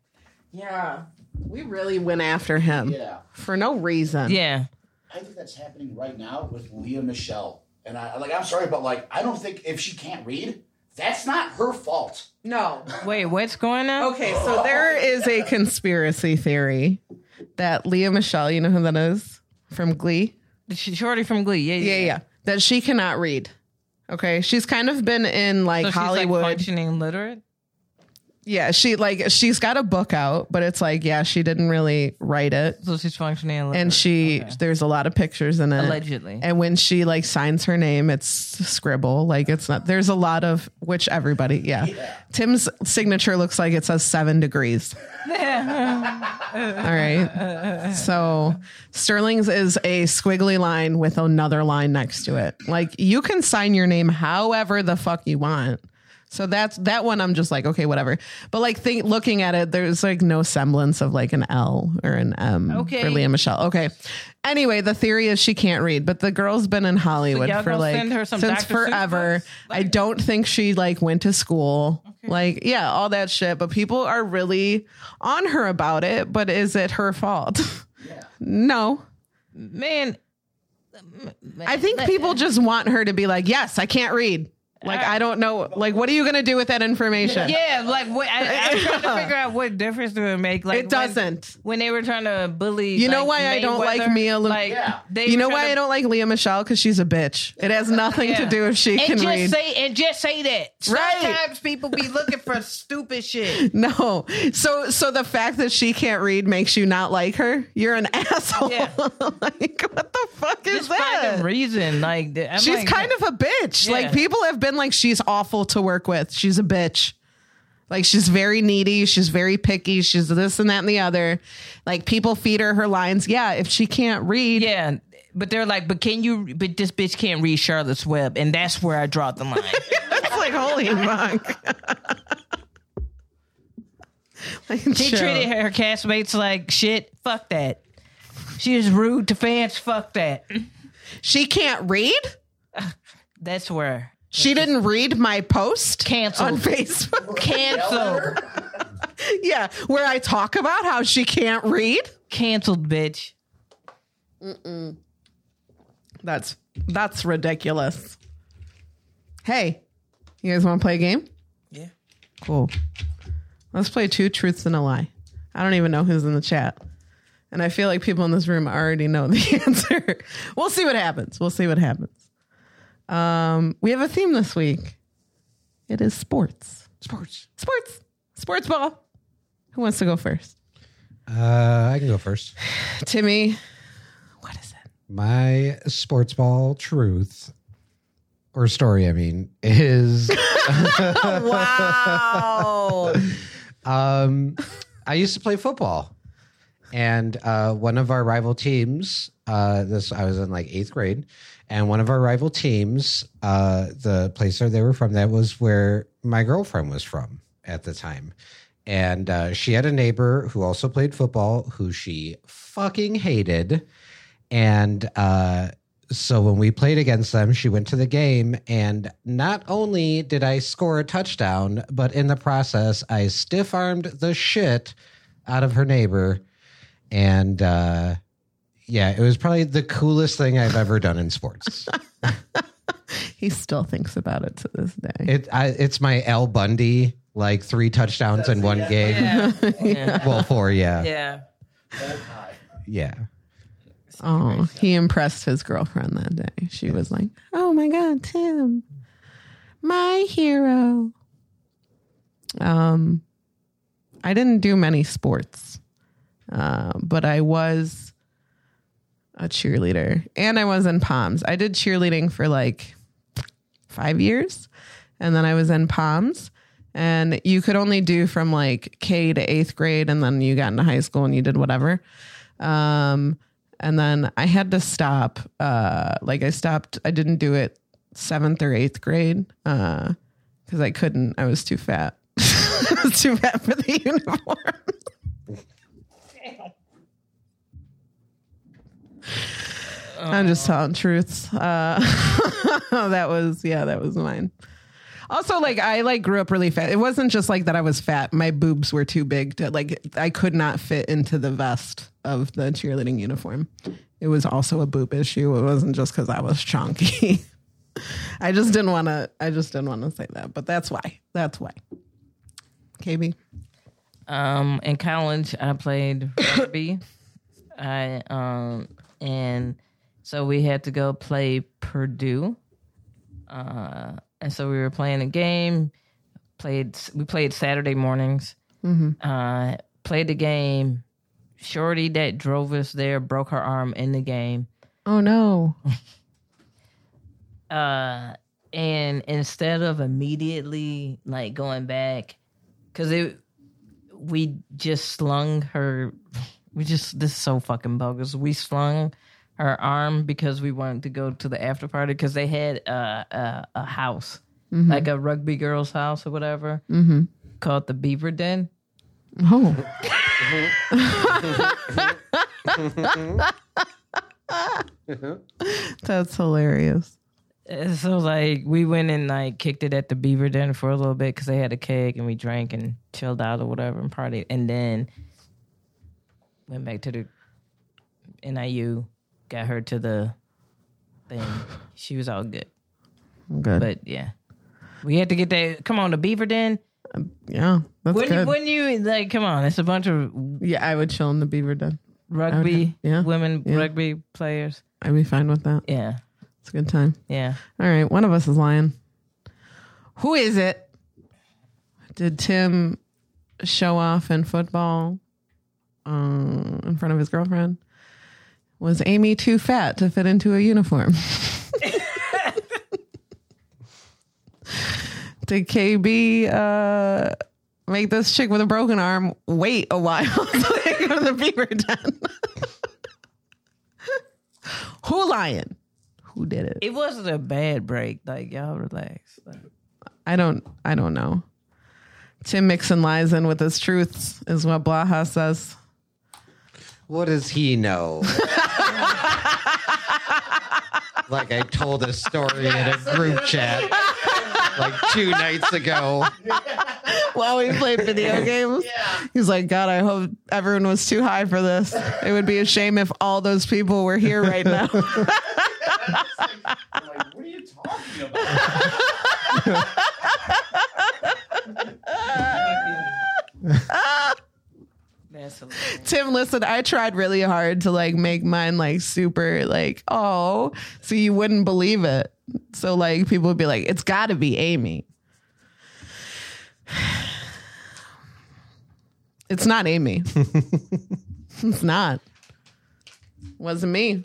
Speaker 3: Yeah, we really went after him
Speaker 2: Mm.
Speaker 5: Yeah,
Speaker 3: for no reason.
Speaker 2: yeah.
Speaker 5: I think that's happening right now with Leah Michelle. And I like, I'm sorry, but like, I don't think if she can't read, that's not her fault.
Speaker 3: No,
Speaker 2: Wait, what's going on?
Speaker 3: Okay, so there is a conspiracy theory that Leah Michelle, you know who that is from Glee?
Speaker 2: Sh- Shorty from Glee. Yeah,
Speaker 3: Yeah,
Speaker 2: yeah.
Speaker 3: yeah. That she cannot read. Okay, she's kind of been in like
Speaker 2: So she's
Speaker 3: Hollywood.
Speaker 2: like functioning literate.
Speaker 3: yeah, she like she's got a book out, but it's like yeah, she didn't really write it,
Speaker 2: So she's functioning illiterate.
Speaker 3: and she there's a lot of pictures in it.
Speaker 2: allegedly.
Speaker 3: And when she like signs her name, it's scribble. Like it's not. There's a lot of which everybody. Yeah, Tim's signature looks like it says seven degrees. All right. So Sterling's is a squiggly line with another line next to it. Like you can sign your name however the fuck you want. So that's that one. I'm just like okay, whatever. But like think looking at it, there's like no semblance of like an L or an M
Speaker 2: Okay.
Speaker 3: for Leah Michelle. Okay. Anyway, the theory is she can't read, but the girl's been in Hollywood
Speaker 2: y'all
Speaker 3: for
Speaker 2: gonna
Speaker 3: like
Speaker 2: send her some
Speaker 3: since
Speaker 2: Dr. Seuss
Speaker 3: forever.
Speaker 2: books?
Speaker 3: I don't think she like went to school. Like, yeah, all that shit. But people are really on her about it. But is it her fault? no.
Speaker 2: man,
Speaker 3: I think people just want her to be like, yes, I can't read. Like I don't know. Like what are you going to do with that information?
Speaker 2: Yeah, like what, I, I'm trying to figure out what difference do it make. Like
Speaker 3: It doesn't.
Speaker 2: When, when they were trying to bully,
Speaker 3: You know
Speaker 2: like,
Speaker 3: why I don't like
Speaker 2: Mayweather,
Speaker 3: Mia Lu-
Speaker 2: Like,
Speaker 5: Yeah.
Speaker 2: they
Speaker 3: you
Speaker 2: were
Speaker 3: know
Speaker 2: trying
Speaker 3: why
Speaker 2: to-
Speaker 3: I don't like Leah Michelle because she's a bitch. It has nothing to
Speaker 2: Yeah.
Speaker 3: do if she can
Speaker 2: and just
Speaker 3: read.
Speaker 2: say and just say that.
Speaker 3: Right.
Speaker 2: Sometimes people be looking for stupid shit.
Speaker 3: no, so so the fact that she can't read makes you not like her. You're an asshole.
Speaker 2: Yeah.
Speaker 3: like what the fuck is
Speaker 2: Just
Speaker 3: that?
Speaker 2: find a reason. Like th- I'm
Speaker 3: she's
Speaker 2: like,
Speaker 3: kind of a bitch.
Speaker 2: Yeah.
Speaker 3: Like people have been like, she's awful to work with. She's a bitch. Like she's very needy. She's very picky. She's this and that and the other. Like people feed her her lines. Yeah, if she can't read,
Speaker 2: yeah. But they're like, but can you? But this bitch can't read Charlotte's Web, and that's where I draw the line.
Speaker 3: it's like holy monk. like,
Speaker 2: She
Speaker 3: chill.
Speaker 2: treated her castmates like shit. Fuck that. She is rude to fans. Fuck that.
Speaker 3: She can't read.
Speaker 2: That's where
Speaker 3: She didn't read my post
Speaker 2: Canceled.
Speaker 3: on Facebook.
Speaker 2: canceled,
Speaker 3: yeah, where I talk about how she can't read.
Speaker 2: canceled, bitch.
Speaker 3: That's that's ridiculous. Hey, you guys want to play a game?
Speaker 2: Yeah.
Speaker 3: Cool. Let's play two truths and a lie. I don't even know who's in the chat. And I feel like people in this room already know the answer. we'll see what happens. We'll see what happens. Um, we have a theme this week. It is sports.
Speaker 1: Sports.
Speaker 3: Sports. Sports ball. Who wants to go first?
Speaker 1: Uh, I can go first.
Speaker 3: Timmy. What is it?
Speaker 1: My sports ball truth or story, I mean, is
Speaker 3: Wow.
Speaker 1: um, I used to play football, and uh, one of our rival teams. Uh, this I was in like eighth grade, and one of our rival teams, uh, the place where they were from, that was where my girlfriend was from at the time, and uh, she had a neighbor who also played football, who she fucking hated, and. Uh, so when we played against them, she went to the game, and not only did I score a touchdown, but in the process, I stiff armed the shit out of her neighbor. And uh, yeah, it was probably the coolest thing I've ever done in sports.
Speaker 3: he still thinks about it to this day.
Speaker 1: it I, it's my Al Bundy like three touchdowns in one game.
Speaker 2: Yeah,
Speaker 1: Well, four, yeah, yeah.
Speaker 2: yeah.
Speaker 3: Oh, he impressed his girlfriend that day. She was like, "Oh my god, Tim, my hero." Um, I didn't do many sports, uh, but I was a cheerleader, and I was in Palms. I did cheerleading for like five years, and then I was in Palms. And you could only do from like K to eighth grade, and then you got into high school and you did whatever. Um, and then I had to stop. Uh, like I stopped. I didn't do it seventh or eighth grade because I couldn't. I was too fat. I was too fat for the uniform. I'm just telling truths. Uh, that was yeah, that was mine. Also, like I like grew up really fat. It wasn't just like that. I was fat. My boobs were too big to like. I could not fit into the vest of the cheerleading uniform. It was also a boob issue. It wasn't just because I was chunky. I just didn't want to. I just didn't want to say that. But that's why. That's why. KB.
Speaker 2: Um, in college, I played rugby. I um, and so we had to go play Purdue, uh, and so we were playing a game. Played we played Saturday mornings. Uh, played the game. Shorty that drove us there broke her arm in the game.
Speaker 3: Oh no.
Speaker 2: uh and instead of immediately like going back because it we just slung her we just this is so fucking bogus we slung her arm because we wanted to go to the after party because they had uh, a, a house like a rugby girls house or whatever called the beaver den
Speaker 3: Oh. That's hilarious.
Speaker 2: And so like we went and like kicked it at the Beaver Den for a little bit because they had a keg and we drank and chilled out or whatever and partied, and then went back to the NIU, got her to the thing. She was all good,
Speaker 3: Good.
Speaker 2: but yeah, We had to get that. Come on, the Beaver Den.
Speaker 3: Yeah, that's
Speaker 2: Wouldn't you,
Speaker 3: good.
Speaker 2: wouldn't you like? Come on, it's a bunch of
Speaker 3: yeah, I would chill in the beaver den.
Speaker 2: rugby
Speaker 3: yeah,
Speaker 2: women,
Speaker 3: yeah.
Speaker 2: rugby players.
Speaker 3: I'd be fine with that.
Speaker 2: Yeah,
Speaker 3: It's a good time.
Speaker 2: yeah.
Speaker 3: All right, one of us is lying. Who is it? Did Tim show off in football um, in front of his girlfriend? Was Amy too fat to fit into a uniform? Did KB uh, make this chick with a broken arm wait a while so they could go to the beaver den? Who lying? Who did it?
Speaker 2: It wasn't a bad break. Like y'all relax. Like,
Speaker 3: I don't I don't know. Tim Mixon lies in with his truths is what Blaha says.
Speaker 1: What does he know? like I told a story in a group chat like two nights ago.
Speaker 3: While we played video games. He's like, God, I hope everyone was too high for this. It would be a shame if all those people were here right now.
Speaker 5: I'm like, what are you talking about?
Speaker 2: That's hilarious.
Speaker 3: Tim, listen, I tried really hard to like make mine like super like, oh, so you wouldn't believe it. So like people would be like, it's gotta be Amy. It's not Amy. it's not. Wasn't me.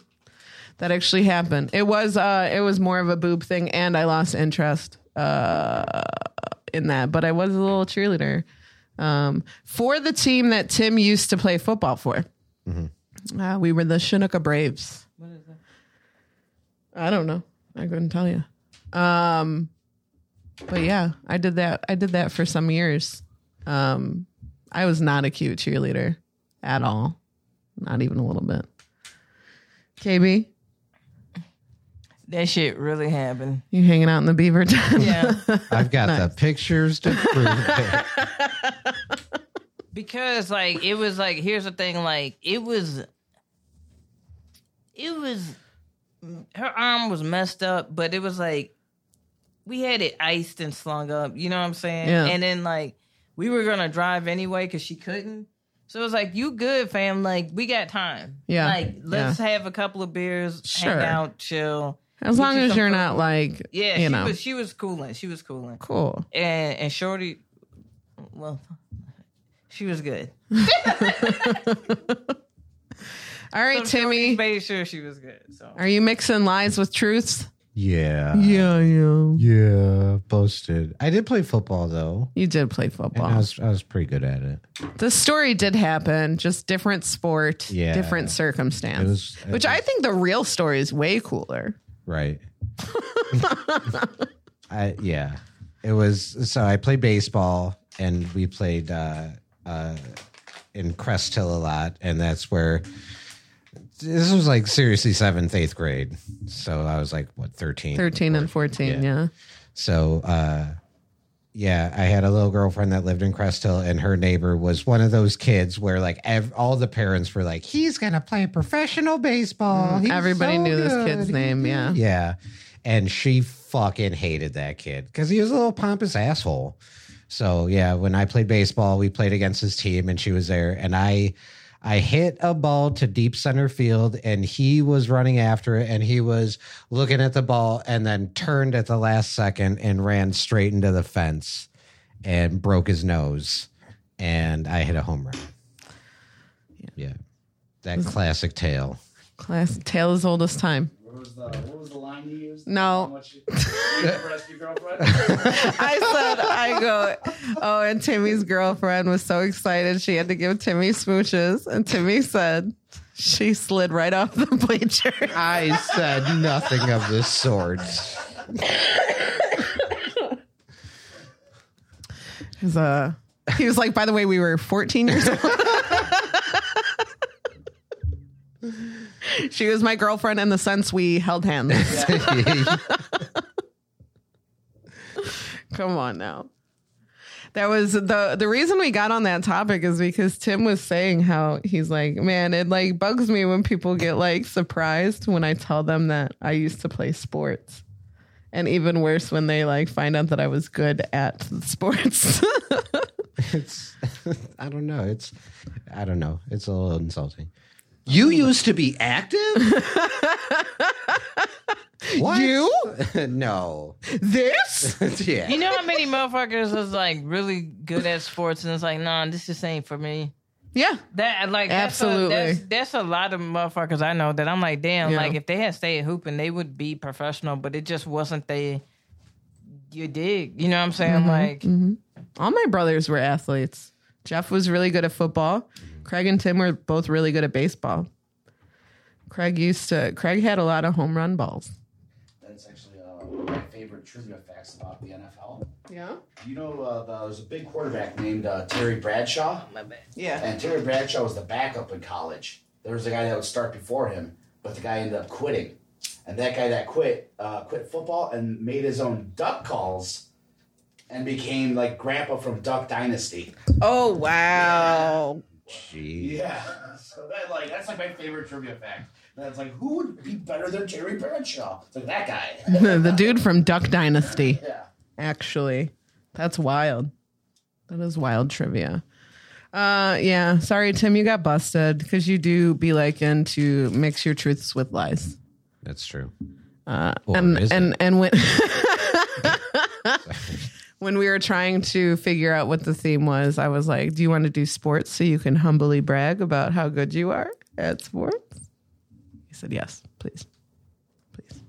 Speaker 3: That actually happened. It was uh it was more of a boob thing and I lost interest uh in that, but I was a little cheerleader um, for the team that Tim used to play football for.
Speaker 2: Mm-hmm.
Speaker 3: Uh, we were the Shinooka Braves. What is that? I don't know. I couldn't tell you. Um, but yeah, I did that. I did that for some years. Um, I was not a cute cheerleader at all, not even a little bit. KB,
Speaker 2: That shit really happened.
Speaker 3: you hanging out in the beaver den?
Speaker 2: Yeah.
Speaker 1: I've got the pictures to prove it.
Speaker 2: because like it was like here's the thing like it was it was her arm was messed up but it was like we had it iced and slung up you know what i'm saying
Speaker 3: Yeah.
Speaker 2: and then like we were gonna drive anyway because she couldn't so it was like you good fam like we got time
Speaker 3: Yeah.
Speaker 2: like let's have a couple of beers
Speaker 3: Sure.
Speaker 2: hang out chill
Speaker 3: as
Speaker 2: Get
Speaker 3: long
Speaker 2: you
Speaker 3: as
Speaker 2: some
Speaker 3: you're
Speaker 2: food.
Speaker 3: not like,
Speaker 2: yeah
Speaker 3: you
Speaker 2: she
Speaker 3: know,
Speaker 2: was she was cooling she was cooling
Speaker 3: cool.
Speaker 2: and and Shorty, well, she was good.
Speaker 3: All right, Timmy,
Speaker 2: made sure she was good. So
Speaker 3: are you mixing lies with truths?
Speaker 1: Yeah.
Speaker 3: Yeah, yeah.
Speaker 1: Yeah, boasted. I did play football though.
Speaker 3: You did play
Speaker 1: And
Speaker 3: football.
Speaker 1: I was I was pretty good at it.
Speaker 3: the story did happen, just different sport,
Speaker 1: Yeah.
Speaker 3: different circumstance.
Speaker 1: It was- it
Speaker 3: which I
Speaker 1: was-
Speaker 3: think the real story is way cooler.
Speaker 1: Right. I yeah. It was so I played baseball and we played uh uh in Crest Hill a lot and that's where this was like seriously seventh, eighth grade. So I was like what 13?
Speaker 3: 13 and 14, yeah.
Speaker 1: So uh yeah, I had a little girlfriend that lived in Crest Hill, and her neighbor was one of those kids where like ev- all the parents were like, "He's gonna play professional baseball." He's
Speaker 3: Mm, Everybody
Speaker 1: so
Speaker 3: knew this
Speaker 1: good.
Speaker 3: kid's
Speaker 1: He
Speaker 3: name,
Speaker 1: did."
Speaker 3: yeah.
Speaker 1: yeah, and she fucking hated that kid because he was a little pompous asshole. So yeah, when I played baseball, we played against his team, and she was there, and I. I hit a ball to deep center field and he was running after it and he was looking at the ball and then turned at the last second and ran straight into the fence and broke his nose and I hit a home run. Yeah. That classic tale.
Speaker 3: Class tale as old as time.
Speaker 5: What was the what was the line you used? How
Speaker 3: No,
Speaker 5: much you you impressed your girlfriend?
Speaker 3: I said I go. Oh, and Timmy's girlfriend was so excited she had to give Timmy smooches, and Timmy said she slid right off the bleacher.
Speaker 1: I said nothing of the sort.
Speaker 3: He was, uh, he was like, by the way, we were 14 years old. she was my girlfriend in the sense we held hands. Come on now. That was the the reason we got on that topic is because Tim was saying how he's like, man, it like bugs me when people get like surprised when I tell them that I used to play sports. and even worse when they like find out that I was good at sports.
Speaker 1: It's I don't know. It's I don't know. It's a little insulting.
Speaker 5: You used to be active?
Speaker 1: What? You? no.
Speaker 3: this?
Speaker 1: yeah.
Speaker 2: You know how many motherfuckers is like really good at sports and it's like, nah, this just ain't for me.
Speaker 3: Yeah.
Speaker 2: That like that's
Speaker 3: Absolutely.
Speaker 2: A, that's, that's a lot of motherfuckers I know that I'm like, damn,
Speaker 3: Yeah.
Speaker 2: like if they had stayed hooping, they would be professional, but it just wasn't they. You dig? You know what I'm saying?
Speaker 3: Mm-hmm.
Speaker 2: Like,
Speaker 3: All my brothers were athletes. Jeff was really good at football. Craig and Tim were both really good at baseball. Craig used to Craig had a lot of home run balls.
Speaker 5: That's actually uh, one of my favorite trivia facts about the NFL.
Speaker 3: Yeah.
Speaker 5: You know, uh, the- there was a big quarterback named uh, Terry Bradshaw.
Speaker 3: Yeah.
Speaker 5: And Terry Bradshaw was the backup in college. There was a guy that would start before him, but the guy ended up quitting. And that guy that quit uh, quit football and made his own duck calls and became like grandpa from Duck Dynasty.
Speaker 3: Oh wow.
Speaker 5: Yeah. So that like that's like my favorite trivia fact. That's like who would be better than Terry Bradshaw? It's like that guy.
Speaker 3: the dude from Duck Dynasty.
Speaker 5: yeah.
Speaker 3: actually. That's wild. That is wild trivia. Uh yeah, sorry Tim, you got busted cuz you do be like into mix your truths with lies.
Speaker 1: That's true.
Speaker 5: Uh, um,
Speaker 3: and
Speaker 1: is it?
Speaker 3: Um, and and when when we were trying to figure out what the theme was, I was like, "Do you want to do sports so you can humbly brag about how good you are at sports?" He said, "Yes, please." Please.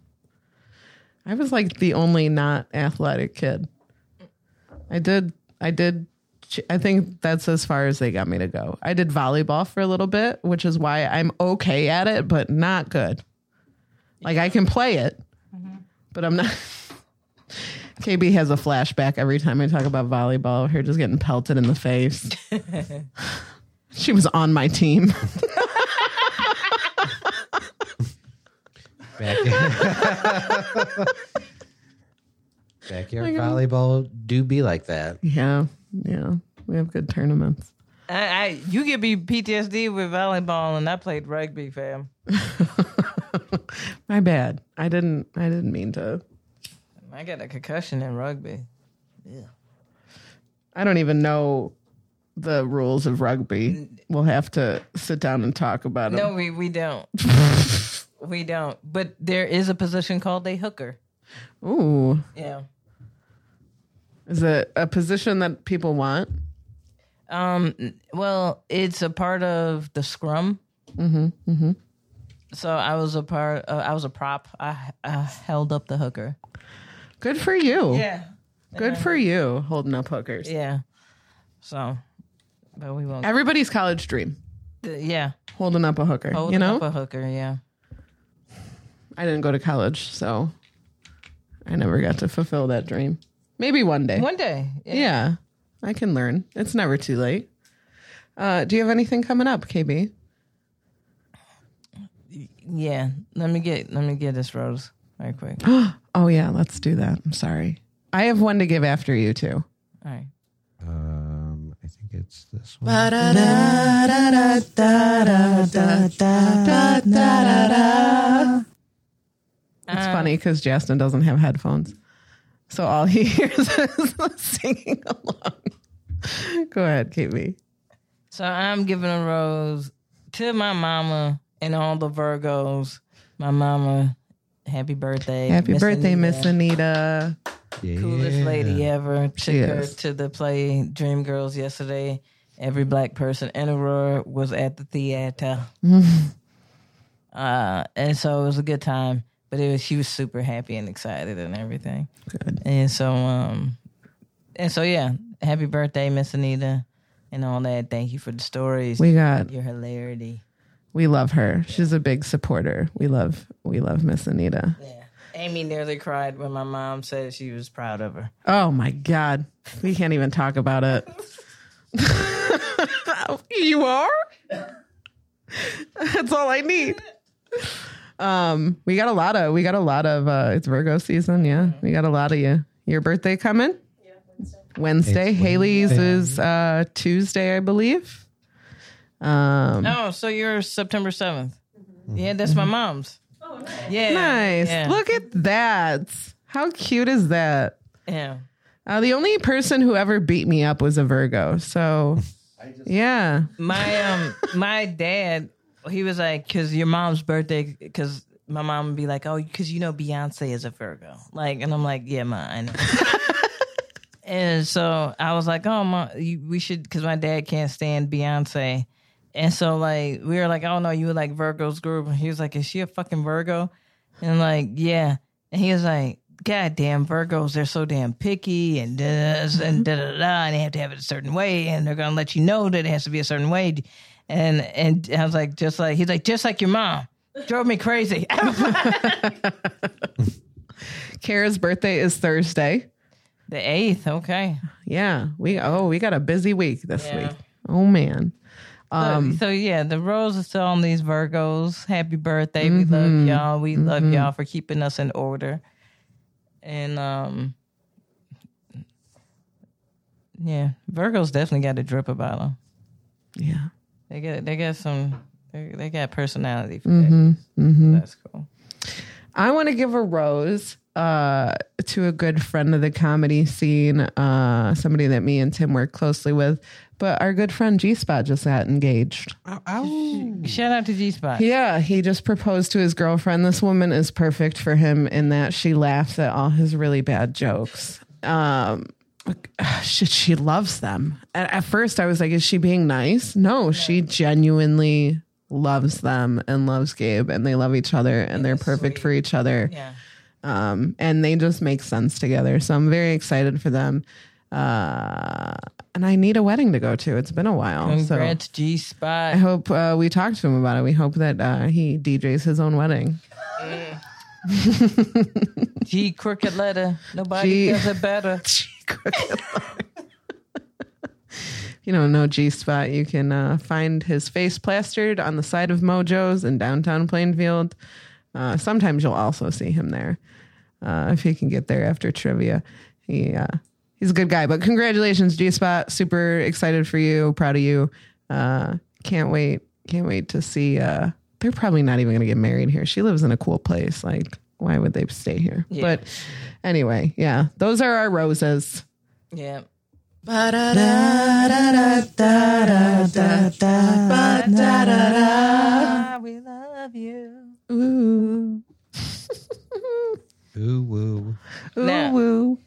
Speaker 3: I was like the only not athletic kid. I did. I did. ch- I think that's as far as they got me to go. I did volleyball for a little bit, which is why I'm okay at it, but not good. Like I can play it, but I'm not. KB has a flashback every time I talk about volleyball. of Her just getting pelted in the face. she was on my team.
Speaker 1: Back, backyard volleyball do be like that.
Speaker 3: yeah, yeah. We have good tournaments.
Speaker 2: I, I you give me PTSD with volleyball, and I played rugby, fam.
Speaker 3: my bad. I didn't. I didn't mean to.
Speaker 2: I got a concussion in rugby.
Speaker 3: I don't even know the rules of rugby. We'll have to sit down and talk about it.
Speaker 2: No, we we don't. we don't. But there is a position called a hooker.
Speaker 3: Ooh,
Speaker 2: Yeah.
Speaker 3: is it a position that people want?
Speaker 2: Um. n- Well, it's a part of the scrum. Mm-hmm. Mm-hmm. So I was a part. Uh, I was a prop. I, I held up the hooker.
Speaker 3: Good for you.
Speaker 2: Yeah.
Speaker 3: Good for you holding up hookers.
Speaker 2: Yeah. So, but we won't.
Speaker 3: Everybody's college dream
Speaker 2: yeah.
Speaker 3: holding up a hooker.
Speaker 2: Hold
Speaker 3: you know,
Speaker 2: up a hooker. Yeah.
Speaker 3: I didn't go to college, so I never got to fulfill that dream. Maybe one day.
Speaker 2: One day. Yeah.
Speaker 3: Yeah, I can learn. It's never too late. Uh, do you have anything coming up, KB?
Speaker 2: yeah. Let me get. Let me get this rose right quick.
Speaker 3: Oh yeah, let's do that. I'm sorry. I have one to give after you too.
Speaker 2: All right.
Speaker 1: Um, I think it's this one.
Speaker 3: It's
Speaker 2: Uh.
Speaker 3: funny because Justin doesn't have headphones, so all he hears is singing along. Go ahead, KB.
Speaker 2: So I'm giving a rose to my mama and all the Virgos. My mama, happy birthday.
Speaker 3: Happy
Speaker 2: Miss
Speaker 3: birthday,
Speaker 2: Anita.
Speaker 3: Miss Anita.
Speaker 1: Yeah.
Speaker 2: Coolest lady ever. Took her
Speaker 3: is.
Speaker 2: to the play Dream Girls yesterday. Every black person in Aurora was at the theater. uh, and so it was a good time. But it was she was super happy and excited and everything.
Speaker 3: Good.
Speaker 2: And so um and so yeah, happy birthday, Miss Anita, and all that. Thank you for the stories.
Speaker 3: We got
Speaker 2: your hilarity.
Speaker 3: we love her. She's a big supporter. We love we love Miss Anita.
Speaker 2: Yeah. Amy nearly cried when my mom said she was proud of her.
Speaker 3: Oh my God. We can't even talk about it. you are? That's all I need. Um, we got a lot of we got a lot of uh it's Virgo season, yeah. We got a lot of you. Your birthday coming? Yeah, Wednesday.
Speaker 1: It's
Speaker 3: Haley's
Speaker 1: Wednesday.
Speaker 3: is uh Tuesday, I believe. Um
Speaker 2: No, Oh, so you're September 7th. Yeah, that's my mom's. Mm-hmm. Oh, nice. Yeah.
Speaker 3: nice.
Speaker 2: yeah.
Speaker 3: Look at that. How cute is that?
Speaker 2: Yeah.
Speaker 3: Uh, the only person who ever beat me up was a Virgo. So, yeah.
Speaker 2: My um my dad, he was like, "Cause your mom's birthday." Cause my mom would be like, "Oh, cause you know Beyonce is a Virgo." Like, and I'm like, "Yeah, mine." and so I was like, "Oh, my, you, we should," cause my dad can't stand Beyonce. And so like we were like, "Oh no, you were like Virgo's group," and he was like, "Is she a fucking Virgo?" And I'm like, "Yeah," and he was like. God damn Virgos, they're so damn picky and da and da da da, and they have to have it a certain way, and they're gonna let you know that it has to be a certain way. And and I was like, just like he's like, just like your mom, drove me crazy. the
Speaker 3: Kara's birthday is Thursday.
Speaker 2: eighth, okay.
Speaker 3: Yeah. We, oh, we got a busy week this
Speaker 2: Yeah.
Speaker 3: week. Oh, man.
Speaker 2: so, so, yeah, the rose is still on these Virgos. Happy birthday, we love y'all. We love y'all for keeping us in order. And um, yeah, Virgos definitely got a drip about them.
Speaker 3: Yeah.
Speaker 2: They got they got some they, they got personality for that. That's cool.
Speaker 3: I want to give a rose uh, to a good friend of the comedy scene, uh, somebody that me and Tim work closely with. But our good friend G Spot just got engaged.
Speaker 2: Shout out to G Spot.
Speaker 3: Yeah, he just proposed to his girlfriend. This woman is perfect for him in that she laughs at all his really bad jokes. Um, shit, she loves them. At, at first, I was like, is she being nice? No, she genuinely loves them and loves Gabe, and they love each other, and they're perfect for each other
Speaker 2: Yeah.
Speaker 3: um, and they just make sense together. So I'm very excited for them. Uh, and I need a wedding to go to. It's been a while.
Speaker 2: Congrats, G
Speaker 3: So I
Speaker 2: Spot.
Speaker 3: hope uh, we talk to him about it. We hope that uh, he DJs his own wedding.
Speaker 2: G crooked letter. Nobody
Speaker 3: G-
Speaker 2: does it better.
Speaker 3: You don't know G Spot. You can uh, find his face plastered on the side of Mojo's in downtown Plainfield. Uh, sometimes you'll also see him there uh, if he can get there after trivia. He uh, he's a good guy. But congratulations, G Spot! Super excited for you. Proud of you. Uh, can't wait. Can't wait to see. Uh, they're probably not even going to get married here. She lives in a cool place. Like, why would they stay here? But anyway, yeah, those are our roses.
Speaker 2: Yeah. We love you.
Speaker 3: Ooh.
Speaker 1: Ooh, woo.
Speaker 3: Ooh,
Speaker 2: Now-
Speaker 3: woo.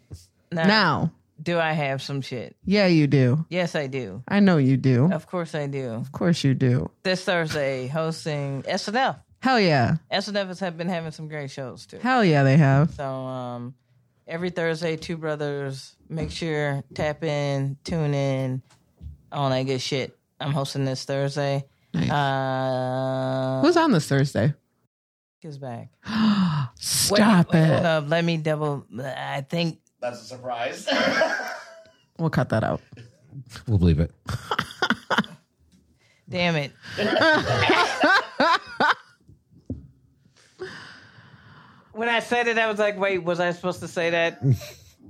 Speaker 2: Now,
Speaker 3: Now,
Speaker 2: do I have some shit?
Speaker 3: yeah, you do.
Speaker 2: Yes, I do.
Speaker 3: I know you do. Of
Speaker 2: Of course I do.
Speaker 3: course you do.
Speaker 2: This Thursday, hosting SNL.
Speaker 3: Hell yeah.
Speaker 2: SNL has have been having some great shows too.
Speaker 3: Hell yeah, they have.
Speaker 2: So um, every Thursday, Two Brothers. Make sure tap in, tune in, all that good shit. I'm hosting this Thursday. Uh,
Speaker 3: Who's on this Thursday?
Speaker 2: is back?
Speaker 3: Stop
Speaker 2: Wait,
Speaker 3: it.
Speaker 2: hold up, let me double. I think
Speaker 5: That's a surprise. Uh,
Speaker 3: We'll cut that out.
Speaker 1: We'll believe it.
Speaker 2: Damn it. when I said it, I was like, wait, was I supposed to say that?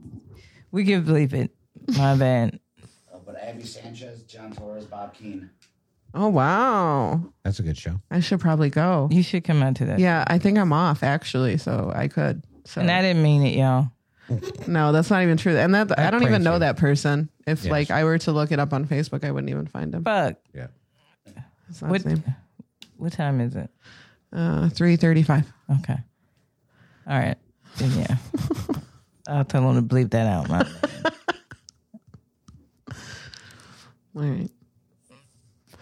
Speaker 2: we can believe it. My bad.
Speaker 5: Uh, but Abby Sanchez, John Torres, Bob Keane.
Speaker 3: Oh, wow.
Speaker 1: That's a good show.
Speaker 3: I should probably go.
Speaker 2: You should come out to that.
Speaker 3: Yeah, I think I'm off actually, so I could. So
Speaker 2: And I didn't mean it, y'all.
Speaker 3: no, that's not even true. And that I don't even
Speaker 1: crazy.
Speaker 3: know that person. If
Speaker 1: Yeah.
Speaker 3: like I were to look it up on Facebook, I wouldn't even find him.
Speaker 2: Fuck.
Speaker 1: Yeah.
Speaker 3: That's not
Speaker 2: What,
Speaker 3: his name.
Speaker 2: what time is it?
Speaker 3: Uh, Three thirty-five.
Speaker 2: Okay. All right. Then, yeah. I'll tell them to bleep that out, man.
Speaker 3: All right.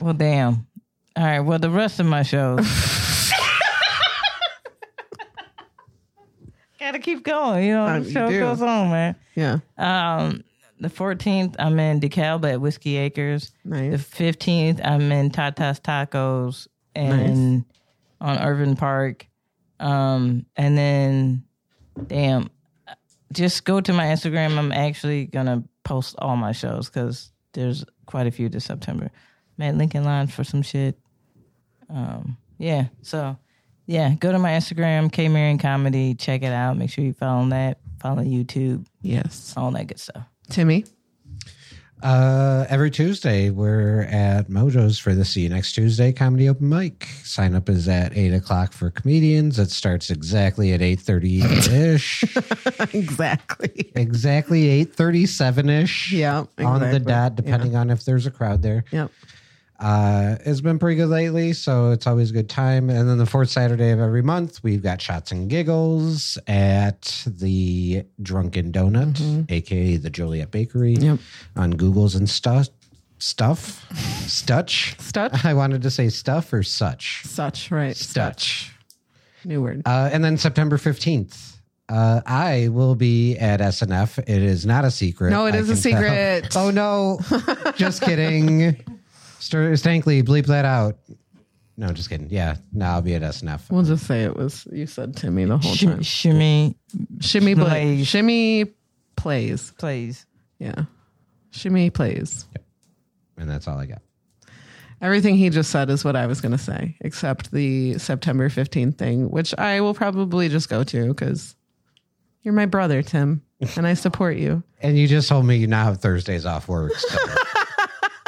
Speaker 2: Well, damn. All right. Well, the rest of my shows. Gotta keep going. You know,
Speaker 3: Uh,
Speaker 2: the
Speaker 3: you
Speaker 2: show
Speaker 3: do.
Speaker 2: goes on, man.
Speaker 3: Yeah.
Speaker 2: Um, the 14th, I'm in DeKalb at Whiskey Acres. The
Speaker 3: Nice.
Speaker 2: 15th, I'm in Tata's Tacos and on Irvin Park. Um, and then, damn, just go to my Instagram. I'm actually gonna post all my shows because there's quite a few this September. Matt Lincoln line for some shit. Um, yeah. So, yeah, go to my Instagram, K Marion Comedy. Check it out. Make sure you follow that. Follow YouTube,
Speaker 3: Yes.
Speaker 2: all that good stuff.
Speaker 3: Timmy.
Speaker 1: Uh, every Tuesday, we're at Mojo's for the See You Next Tuesday comedy open mic. Sign up is at eight o'clock for comedians. It starts exactly at eight thirty ish,
Speaker 3: exactly.
Speaker 1: exactly eight thirty seven ish.
Speaker 3: Yeah,
Speaker 1: on the
Speaker 3: exactly.
Speaker 1: dot, depending on if there's a crowd there.
Speaker 3: Yep.
Speaker 1: Uh, it's been pretty good lately, so it's always a good time. And then the fourth Saturday of every month, we've got shots and giggles at the Drunken Donut, aka the Joliet Bakery,
Speaker 3: Mm-hmm. Yep.
Speaker 1: on Google's and stuff. Stuff, Stutch.
Speaker 3: Stutch?
Speaker 1: I wanted to say stuff or such.
Speaker 3: Such right.
Speaker 1: Stutch.
Speaker 3: New word.
Speaker 1: Uh, and then September fifteenth, uh, I will be at SNF. It is not a secret.
Speaker 3: No, it
Speaker 1: it is
Speaker 3: is a secret.
Speaker 1: Oh no, just kidding. Ster- Stankley, bleep that out. No, just kidding. Yeah, no, I'll be at SNF.
Speaker 3: We'll just say it was you said Timmy the whole
Speaker 2: Shim-
Speaker 3: time.
Speaker 2: shimmy,
Speaker 3: Shimmy play.
Speaker 2: Plays.
Speaker 3: Shimmy plays.
Speaker 2: please.
Speaker 3: Yeah. Shimmy plays.
Speaker 1: And that's all I got.
Speaker 3: Everything he just said is what I was going to say, except the September 15th thing, which I will probably just go to because you're my brother, Tim, and I support you.
Speaker 1: And you just told me you now have Thursdays off work. So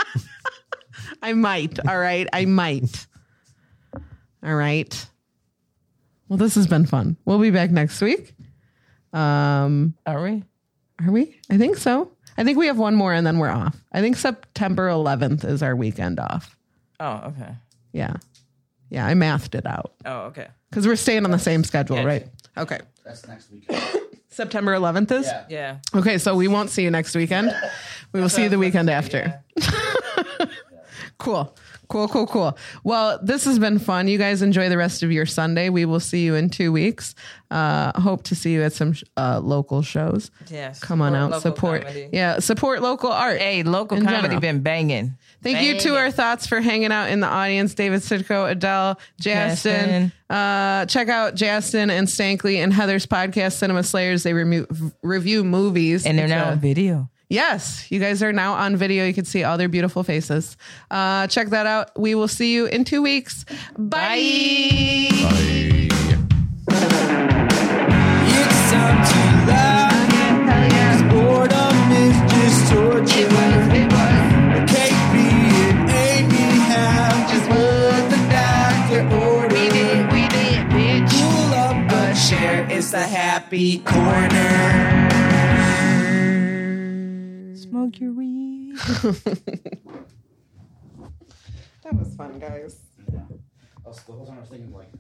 Speaker 3: I might. All right. I might. All right. Well, this has been fun. We'll be back next week. Um,
Speaker 2: Are we?
Speaker 3: are we? I think so. I think we have one more and then we're off. I think September 11th is our weekend off.
Speaker 2: Oh, okay.
Speaker 3: Yeah. Yeah. I mathed it out
Speaker 2: Oh, okay.
Speaker 3: because we're staying on the same schedule,
Speaker 2: Yes.
Speaker 3: right? Okay.
Speaker 5: That's next weekend.
Speaker 3: September 11th is?
Speaker 5: Yeah.
Speaker 2: Yeah.
Speaker 3: Okay, so we won't see you next weekend. We will see you the weekend after. cool. Cool, cool, cool. Well, this has been fun. You guys enjoy the rest of your Sunday. We will see you in two weeks. Uh, hope to see you at some sh- uh, local shows.
Speaker 2: Yes.
Speaker 3: Come on out,
Speaker 2: local
Speaker 3: support.
Speaker 2: comedy.
Speaker 3: Yeah, support local art.
Speaker 2: Hey, local
Speaker 3: In
Speaker 2: comedy
Speaker 3: general.
Speaker 2: been banging.
Speaker 3: Thank you to our thoughts for hanging out in the audience, David Sitko, Adele,
Speaker 2: Jastin.
Speaker 3: Jastin. Uh, check out Jastin and Stankley and Heather's podcast, Cinema Slayers. They remo- review movies.
Speaker 2: And they're
Speaker 3: It's
Speaker 2: now
Speaker 3: a-
Speaker 2: on video.
Speaker 3: Yes, you guys are now on video. You can see all their beautiful faces. Uh, check that out. We will see you in two weeks. Bye.
Speaker 8: It's time to laugh. Boredom is just torture. It can't be, it ain't be half. Just what the doctor ordered. We did, we did, bitch. Pull up a chair. It's the happy corner.
Speaker 2: Smoke your weed.
Speaker 3: That was fun, guys.
Speaker 5: I was- The whole time I was thinking like.